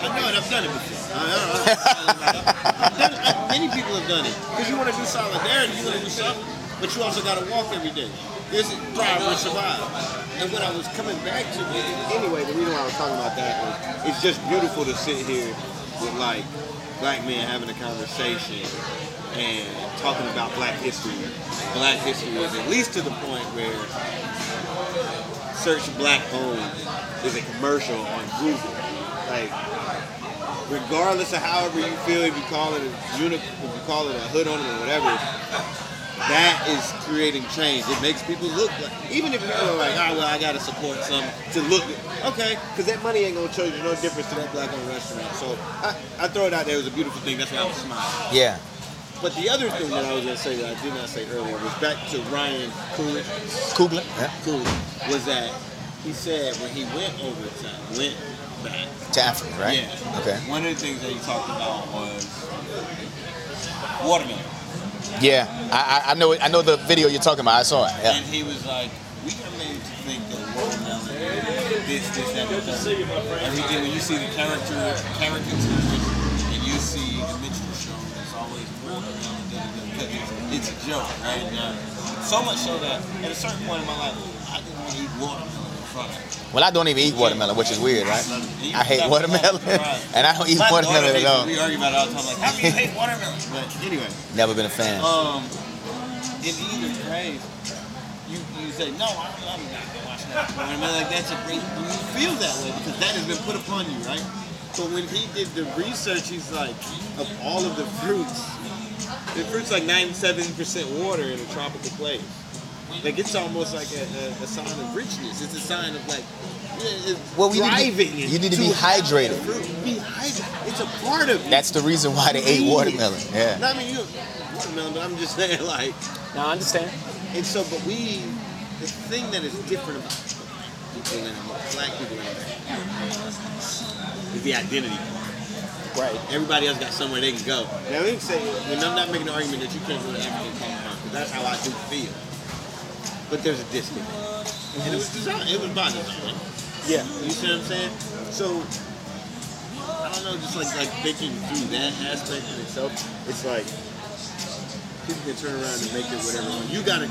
Speaker 2: I know it. I've done it before. I, I, I, I've done it. I- many people have done it because you want to do solidarity, you want to do something, but you also got to walk every day. This is thrive or survive. And what I was coming back to anyway, the reason why I was talking about that was it's just beautiful to sit here with like black men having a conversation and talking about black history. Black history is at least to the point where search black owned is a commercial on Google. Like regardless of however you feel, if you call it a unit, if you call it a hood on it or whatever, that is creating change. It makes people look like, even if people are like, ah, well, I gotta support some to look okay, because that money ain't gonna charge you no difference to that black owned restaurant. So I, I throw it out there. It was a beautiful thing. That's why I was smiling.
Speaker 1: Yeah.
Speaker 2: But the other thing that I was gonna say that I did not say earlier was back to Ryan Coolidge
Speaker 1: Kubler. Yeah.
Speaker 2: cool was that he said when he went overtime, went back.
Speaker 1: To Africa, right?
Speaker 2: Yeah.
Speaker 1: Okay.
Speaker 2: One of the things that he talked about was watermelon,
Speaker 1: Yeah. I, I I know it- I know the video you're talking about. I saw it. Yeah.
Speaker 2: and he was like, "We are made to think that watermelon is this, this, that, and the other." Everything when you see the character, caricature, and you see the Mitchell show, it's always watermelon. da, da, da, Because it's, it's a joke, right? Now, so much so that at a certain point in my life, I didn't want to eat watermelon in front of.
Speaker 1: Well, I don't even eat watermelon, which is weird, right? I hate watermelon, and I don't eat
Speaker 2: My daughter
Speaker 1: watermelon at
Speaker 2: hates it.
Speaker 1: all.
Speaker 2: We argue about it all the time. Like, how do you hate watermelon? But anyway,
Speaker 1: Never been a fan.
Speaker 2: um, in either case, you, you say no. I, I'm not gonna watch that. Watermelon like that's a great. You feel that way because that has been put upon you, right? So when he did the research, he's like, of all of the fruits, the fruit's like 97% water in a tropical place. Like it's almost like a, a, a sign of richness. It's a sign of like. yeah, it's
Speaker 1: Well, we need to be-
Speaker 2: driving it
Speaker 1: you need to be hydrated.
Speaker 2: Fruit. Be hydrated. It's a part of you.
Speaker 1: That's the reason why they ate watermelon. Yeah.
Speaker 2: No, I mean you watermelon, but I'm just saying like
Speaker 3: Now I understand.
Speaker 2: and so but we the thing that is different about people in America, black people in America is the identity.
Speaker 3: Right.
Speaker 2: Everybody else got somewhere they can go. Now we can say, when I'm not making an argument that you can't go to African compound, because that's how I do feel. But there's a disconnect. And it was designed, it was by design.
Speaker 3: Yeah.
Speaker 2: You see what I'm saying? So I don't know, just like like thinking through that aspect in itself, it's like people can turn around and make it whatever. You gotta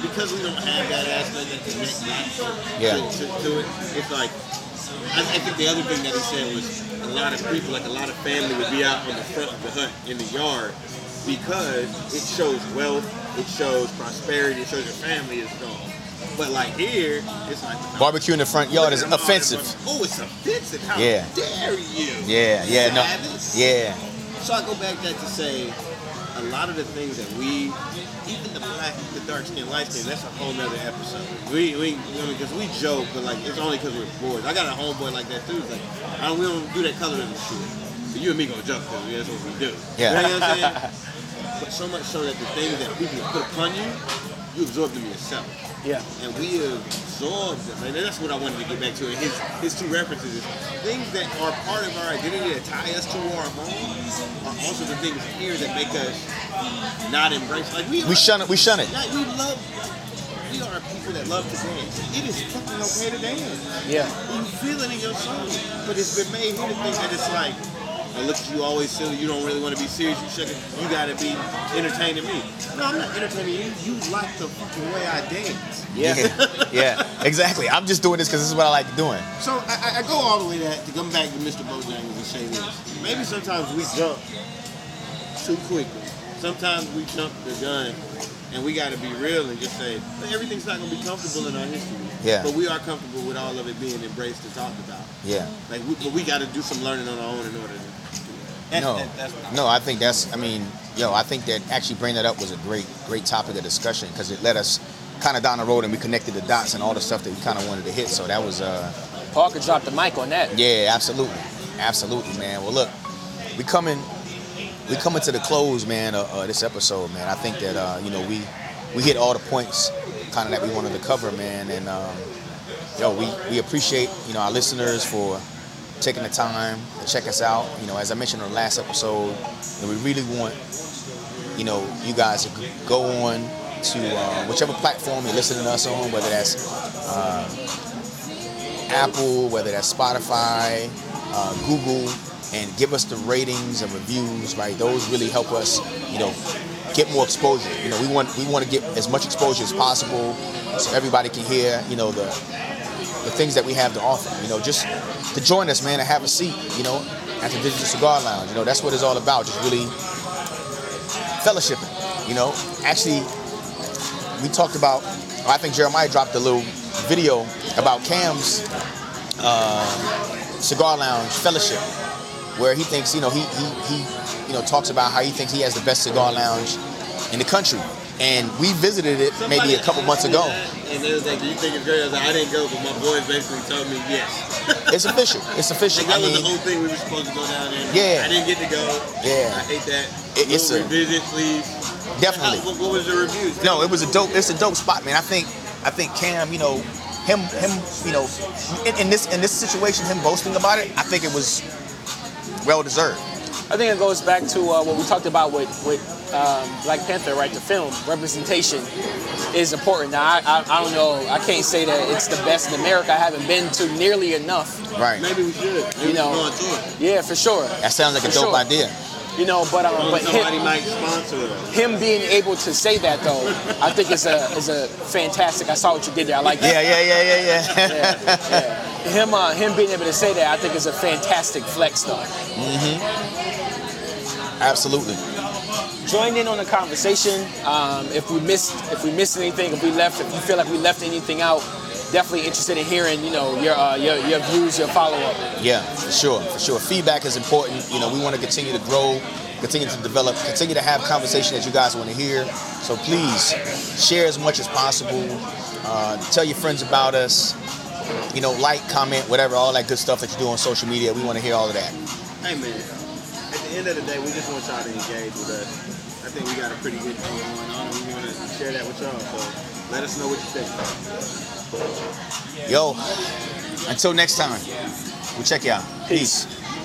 Speaker 2: because we don't have that aspect that connect that
Speaker 1: Yeah.
Speaker 2: to, to, to it, it's like I, I think the other thing that he said was a lot of people, like a lot of family would be out on the front of the hut in the yard because it shows wealth, it shows prosperity, it shows your family is strong. But like here, it's like
Speaker 1: Barbecue in the front yard is
Speaker 2: Look at them all in
Speaker 1: offensive.
Speaker 2: front- Oh, it's offensive. How
Speaker 1: Yeah.
Speaker 2: dare you?
Speaker 1: Yeah, yeah, no,
Speaker 2: Savage.
Speaker 1: yeah,
Speaker 2: So I go back that to say, a lot of the things that we, even the black, the dark skin, light skin, that's a whole nother episode. We, we, because we joke, but like it's only because we're bored. I got a homeboy like that too. He's like, I don't, we don't do that colorism shit. But you and me gonna joke because that's what we do.
Speaker 1: Yeah.
Speaker 2: You know what I'm saying? but so much so that the things that people put upon you, you absorb them yourself
Speaker 3: Yeah.
Speaker 2: and we absorb them. And that's what I wanted to get back to. And his his two references is things that are part of our identity that tie us to our home are also the things here that make us not embrace. Like we,
Speaker 1: we
Speaker 2: are,
Speaker 1: shun it. We shun it.
Speaker 2: like, we love. We are people that love to dance. It is fucking okay to dance.
Speaker 3: Yeah.
Speaker 2: You feel it in your soul, but it's been made here to think that it's like. I look at you always silly. You don't really want to be serious. You shook it. You gotta be entertaining me. No, I'm not entertaining you. You like the fucking way I dance.
Speaker 3: Yeah.
Speaker 1: yeah, yeah, exactly. I'm just doing this because this is what I like doing.
Speaker 2: So I, I- I go all the way that to come back to Mr. Bojangles and say this. Maybe sometimes we jump too quickly. Sometimes we jump the gun, and we got to be real and just say "Look, everything's not going to be comfortable in our history.
Speaker 1: Yeah.
Speaker 2: But we are comfortable with all of it being embraced and talked about.
Speaker 1: Yeah.
Speaker 2: Like, we, but we got to do some learning on our own in order to. do it. That's,
Speaker 1: No,
Speaker 2: that, that's what I-
Speaker 1: no, I think that's. I mean, yo, I think that actually bringing that up was a great, great topic of discussion because it led us kind of down the road and we connected the dots and all the stuff that we kind of wanted to hit. So that was, uh,
Speaker 3: Parker dropped the mic on that.
Speaker 1: yeah, absolutely, absolutely, man. Well, look, we coming, we coming to the close, man. Uh, uh, this episode, man. I think that uh, you know we we hit all the points kind of that we wanted to cover, man. And um, yo, we we appreciate you know our listeners for taking the time to check us out. You know, as I mentioned in the last episode, and we really want you know you guys to go on to uh, whichever platform you're listening to us on, whether that's uh, Apple, whether that's Spotify, uh, Google, and give us the ratings and reviews. Right, those really help us. You know, get more exposure. You know, we want we want to get as much exposure as possible so everybody can hear. You know the the things that we have to offer. You know, just to join us, man, and have a seat. You know, at the Digital Cigar Lounge. You know, that's what it's all about. Just really fellowshipping. You know, actually, we talked about. I think Jeremiah dropped a little video about Cam's uh, cigar lounge fellowship, where he thinks you know he he he you know talks about how he thinks he has the best cigar lounge in the country, and we visited it maybe a couple
Speaker 2: Somebody
Speaker 1: months
Speaker 2: asked
Speaker 1: ago.
Speaker 2: me that, And they was like, "Do you think it's great?" I was like, "I didn't go, but my boys basically told me yes."
Speaker 1: It's official. It's official.
Speaker 2: Like
Speaker 1: I
Speaker 2: that was
Speaker 1: mean,
Speaker 2: the whole thing. We were supposed to go down there.
Speaker 1: Yeah.
Speaker 2: I didn't get to go.
Speaker 1: Yeah.
Speaker 2: I hate that.
Speaker 1: It- it's
Speaker 2: We'll
Speaker 1: a-
Speaker 2: revisit, please. How,
Speaker 1: definitely.
Speaker 2: what, what was the review?
Speaker 1: No, it was a dope. It's a dope spot, man. I think, I think Cam, you know, him, him, you know, in, in this in this situation, him boasting about it, I think it was well deserved.
Speaker 3: I think it goes back to uh, what we talked about with with um, Black Panther, right? The film representation is important. Now, I, I I don't know. I can't say that it's the best in America. I haven't been to nearly enough.
Speaker 1: Right.
Speaker 2: Maybe we should. Maybe we
Speaker 3: You know.
Speaker 2: should go on tour.
Speaker 3: Yeah, for sure.
Speaker 1: That sounds like a
Speaker 3: For
Speaker 1: dope
Speaker 3: sure.
Speaker 1: idea.
Speaker 3: You know, but um, but
Speaker 2: Somebody
Speaker 3: him,
Speaker 2: might sponsor us.
Speaker 3: him being able to say that though, I think is a is a fantastic. I saw what you did there. I like that.
Speaker 1: Yeah, yeah, yeah, yeah, yeah.
Speaker 3: Him uh, him being able to say that, I think is a fantastic flex though.
Speaker 1: Absolutely.
Speaker 3: join in on the conversation. Um, if we missed, if we missed anything, if we left, if you feel like we left anything out, definitely interested in hearing, you know, your uh, your, your views, your follow up.
Speaker 1: Yeah, for sure, for sure. Feedback is important. You know, we want to continue to grow, continue to develop, continue to have conversation that you guys want to hear. So please share as much as possible. Uh, tell your friends about us. You know, like, comment, whatever, all that good stuff that you do on social media. We want to hear all of that.
Speaker 2: Hey man, at the end of the day, we just want y'all to engage with us. I think we got a pretty good thing going on, and we want to share that with y'all. So let us know what you think.
Speaker 1: Yo, until next time. We'll check y'all.
Speaker 3: Peace.
Speaker 1: Peace.